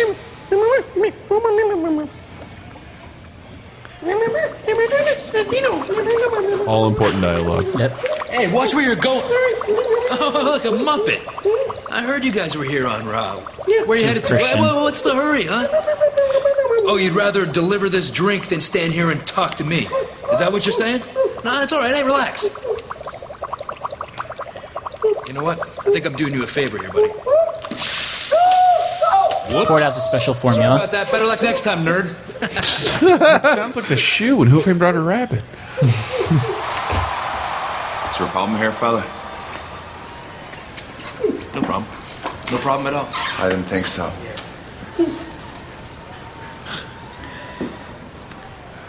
S5: All important dialogue. Yep.
S16: Hey, watch where you're going. Oh, look, a Muppet. I heard you guys were here on Rob. Where you
S6: She's
S16: headed to?
S6: Christian.
S16: Whoa, whoa, what's the hurry, huh? Oh, you'd rather deliver this drink than stand here and talk to me. Is that what you're saying? Nah, it's all right. Hey, relax. You know what? I think I'm doing you a favor here, buddy.
S6: Poured out the special
S16: How
S6: formula.
S16: about that? Better luck next time, nerd.
S5: Sounds like the shoe and Who Framed Roger
S17: Is
S5: Rabbit.
S17: there a problem here, fella?
S16: No problem. No problem at all.
S17: I didn't think so.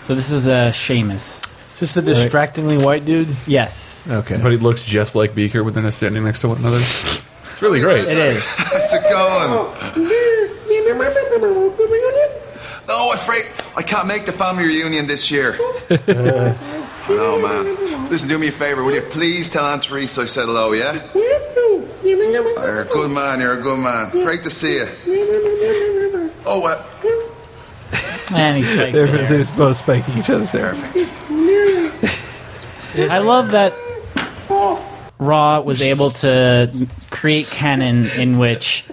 S6: So this is uh, Seamus.
S8: Just the distractingly white dude.
S6: Yes.
S5: Okay. But he looks just like Beaker when they're not standing next to one another. It's really great.
S17: It is. How's it going? No, I'm afraid I can't make the family reunion this year. no, man. Listen, do me a favor, will you please tell Aunt Teresa I said hello, yeah? You're a good man, you're a good man. Great to see you. Oh, what?
S6: And he spikes the
S7: they're,
S6: hair.
S7: they're both spiking each other's hair.
S6: I love that Raw was able to create canon in which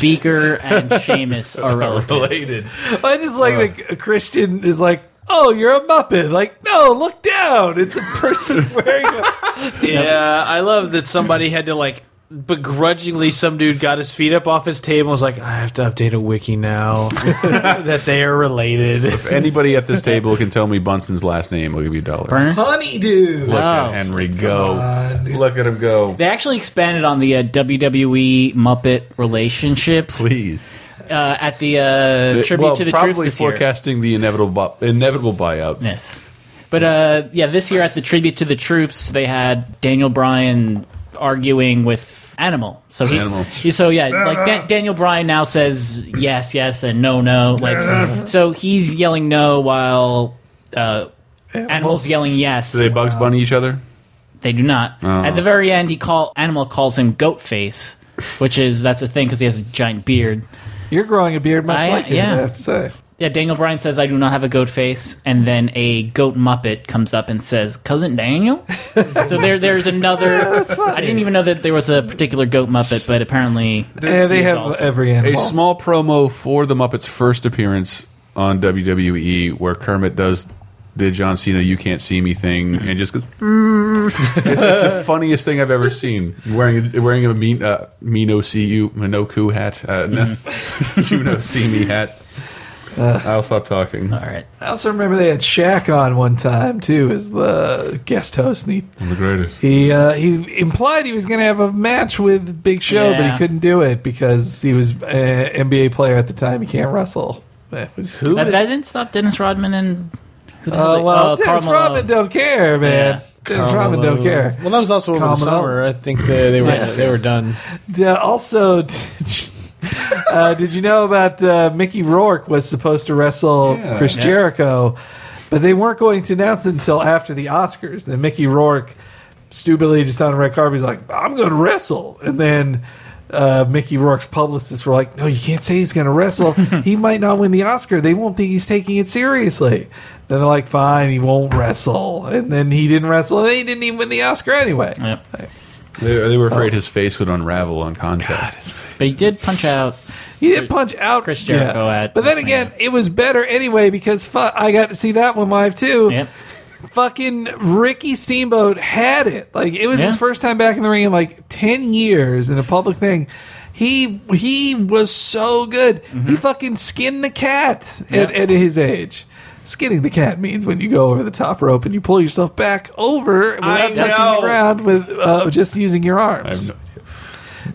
S6: Beaker and Seamus are relatives.
S7: I just
S14: Uh.
S7: like that Christian is like, oh, you're a Muppet. Like, no, look down. It's a person wearing a.
S8: Yeah, I love that somebody had to like begrudgingly some dude got his feet up off his table and was like, I have to update a wiki now that they are related.
S5: If anybody at this table can tell me Bunson's last name, I'll give you a dollar.
S7: Honeydew.
S5: Look
S6: Oh.
S5: at Henry go. Look at him go.
S6: They actually expanded on the uh, WWE Muppet relationship.
S5: Please.
S6: Uh, at the, uh,
S5: The-
S6: tribute
S5: well,
S6: to the
S5: probably
S6: troops this year.
S5: forecasting the inevitable bu- inevitable buyout.
S6: Yes. But uh, yeah, this year at the tribute to the troops, they had Daniel Bryan arguing with Animal. So he,
S5: Animal.
S6: he- so yeah, like Dan- Daniel Bryan now says yes, yes, and no, no. Like so, he's yelling no while uh, Animal's yelling yes.
S5: Do they Bugs Bunny each other?
S6: They do not.
S5: Oh.
S6: At the very end, he call Animal calls him Goat Face, which is that's a thing because he has a giant beard.
S7: You're growing a beard much
S6: I-
S7: like
S6: yeah.
S7: him, I have to say.
S6: Yeah, Daniel Bryan says, I do not have a goat face. And then a goat Muppet comes up and says, Cousin Daniel? so there, there's another. I didn't even know that there was a particular goat Muppet, but apparently. there's also-
S5: A small promo for the Muppets' first appearance on WWE, where Kermit does the John Cena "You Can't See Me" thing, and just goes. it's like the funniest thing I've ever seen. Wearing wearing a mean uh, me no see you Minoku hat, uh, no,
S6: Mm-hmm.
S5: you no see me hat. I'll stop talking. All
S6: right,
S7: I also remember they had Shaq on one time too as the guest host, and he
S5: I'm the greatest.
S7: he, uh, he implied he was going to have a match with Big Show, but
S6: Yeah.
S7: he couldn't do it because he was an NBA player at the time. He can't wrestle. Eh, which is-
S6: that, that didn't stop Dennis Rodman and. Who the hell
S7: Uh,
S6: they-
S7: well,
S6: oh,
S7: Dennis
S6: Karl Malone.
S8: Um,
S7: Rodman don't care, man. Dennis Rodman don't care.
S8: Well, that was also over the
S7: Carmelo.
S8: summer. I think they, they were
S7: Yeah.
S8: they were done.
S7: Yeah, also, uh, did you know about uh, Mickey Rourke was supposed to wrestle
S8: Yeah.
S7: Chris
S8: Yeah.
S7: Jericho, but they weren't going to announce it until after the Oscars. Then Mickey Rourke, stupidly just on a red carpet, he's like, "I'm going to wrestle," and then. Uh, Mickey Rourke's publicists were like, "No, you can't say he's going to wrestle. he might not win the Oscar. They won't think he's taking it seriously." Then they're like, "Fine, he won't wrestle." And then he didn't wrestle, and he didn't even win the Oscar anyway.
S5: They, they were
S6: Oh.
S5: afraid his face would unravel on contact.
S6: But he did punch out.
S7: He did punch out Chris
S6: Jericho at
S7: But then again, it was better anyway because fu- I got to see that one live too. Fucking Ricky Steamboat had it. Like it was
S6: Yeah.
S7: his first time back in the ring in like ten years in a public thing. He he was so good.
S6: Mm-hmm.
S7: He fucking skinned the cat at,
S6: Yeah.
S7: at his age. Skinning the cat means when you go over the top rope and you pull yourself back over without
S6: I
S7: touching
S6: know.
S7: the ground with uh, just using your arms.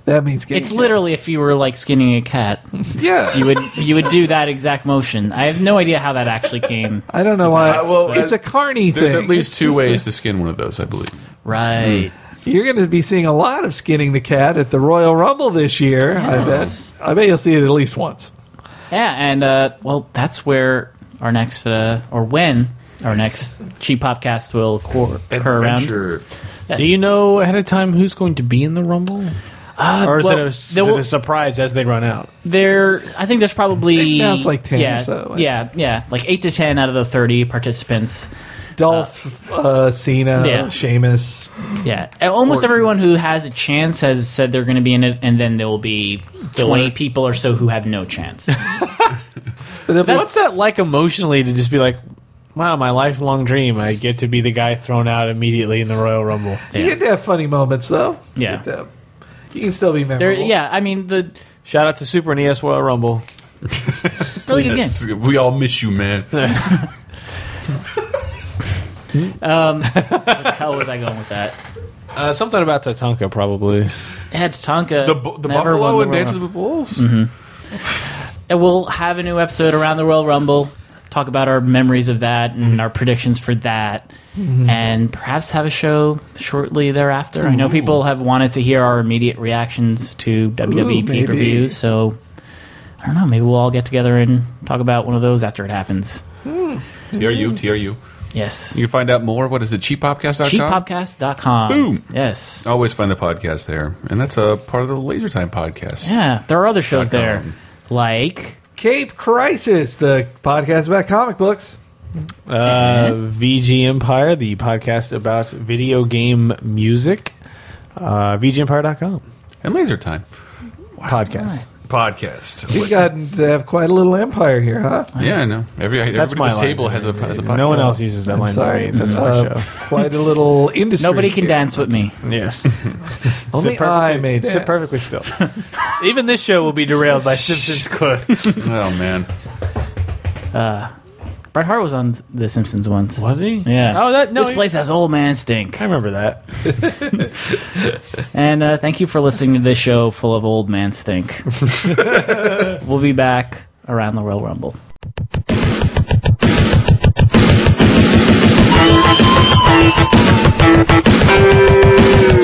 S7: That means skinning
S6: It's literally if you were like skinning a cat.
S7: Yeah.
S6: You would you would do that exact motion. I have no idea how that actually came.
S7: I don't know why.
S6: Uh, well,
S7: it's
S6: uh,
S7: a carny thing.
S5: There's at least
S7: It's
S5: two
S7: just
S5: ways
S7: a-
S5: to skin one of those, I believe.
S6: Right.
S7: You're going to be seeing a lot of skinning the cat at the Royal Rumble this year.
S6: Yes.
S7: I bet. I bet you'll see it at least once.
S6: Yeah, and uh, well, that's where our next uh, or when Our next cheap popcast will cor- occur around.
S8: Adventure.
S6: Yes.
S8: Do you know ahead of time who's going to be in the Rumble?
S6: Uh,
S8: or is,
S6: well,
S8: it, a, is
S6: there will-
S8: it a surprise as they run out?
S6: There, I think there's probably
S8: It sounds like 10 or
S6: yeah,
S8: so, like-
S6: yeah, yeah, like eight to ten out of the thirty participants.
S7: Dolph, uh, Cena,
S6: yeah.
S7: Sheamus.
S6: Yeah, And almost
S7: Orton.
S6: everyone who has a chance has said they're going to be in it, and then there will be twenty
S8: Twenty.
S6: people or so who have no chance.
S8: What's that like emotionally to just be like, wow, my lifelong dream, I get to be the guy thrown out immediately in the Royal Rumble.
S7: You get to have funny moments though. You
S8: Yeah.
S7: get to- you can still be
S8: There-
S7: memorable.
S6: yeah, I mean the
S8: Shout out to Super NES Royal Rumble.
S6: Really good
S5: Yes, We all miss you, man.
S6: Um, where the hell was I going with that?
S8: Uh, something about Tatanka, probably.
S6: It had Tonka.
S8: The bu- the
S6: never won
S8: buffalo
S6: the
S8: and
S6: Royal
S8: Dances
S6: Rumble.
S8: with Wolves?
S5: Mm-hmm.
S6: Mhm. And we'll have a new episode around the Royal Rumble. Talk about our memories of that and
S7: Mm-hmm.
S6: our predictions for that,
S7: Mhm.
S6: and perhaps have a show shortly thereafter. I know
S7: Ooh.
S6: people have wanted to hear our immediate reactions to WWE
S7: Ooh,
S6: pay per
S7: maybe.
S6: views, so I don't know. Maybe we'll all get together and talk about one of those after it happens.
S8: Hmm.
S5: TRU, TRU.
S6: Mm-hmm. Yes.
S5: You can find out more. What is it? CheapPopcast.com?
S6: Cheappopcast.com.
S5: Boom.
S6: Yes.
S5: Always find the podcast there. And that's a part of the Laser Time podcast.
S6: Yeah, there are other shows
S5: Dot com.
S6: there, like
S7: Cape Crisis, the podcast about comic books.
S8: Uh, VG Empire, the podcast about video game music. Uh, VGEmpire.com.
S5: And Laser Time.
S8: Podcast.
S5: Podcast.
S7: We've gotten to have quite a little empire here, huh?
S5: Yeah, I know. Every, everybody
S8: That's
S5: at
S8: my
S5: this
S8: line.
S5: table has a, has a podcast.
S8: No one else uses that
S7: I'm
S8: line. Mm-hmm.
S7: sorry.
S8: but That's my
S7: Uh,
S8: show.
S7: Quite a little industry.
S6: Nobody can
S7: here.
S6: dance with me.
S8: Yes.
S7: Only
S8: Sit perfectly-
S7: I may dance.
S8: Sit perfectly still. Even this show will be derailed by Simpsons quote.
S5: oh man.
S6: Uh, Bret Hart was on The Simpsons once. Was
S8: he?
S6: Yeah.
S8: Oh, that- no,
S6: This
S8: he-
S6: place has old man stink. I
S8: remember that.
S6: and uh, thank you for listening to this show full of old man stink. we'll be back around the Royal Rumble.
S13: Thank you.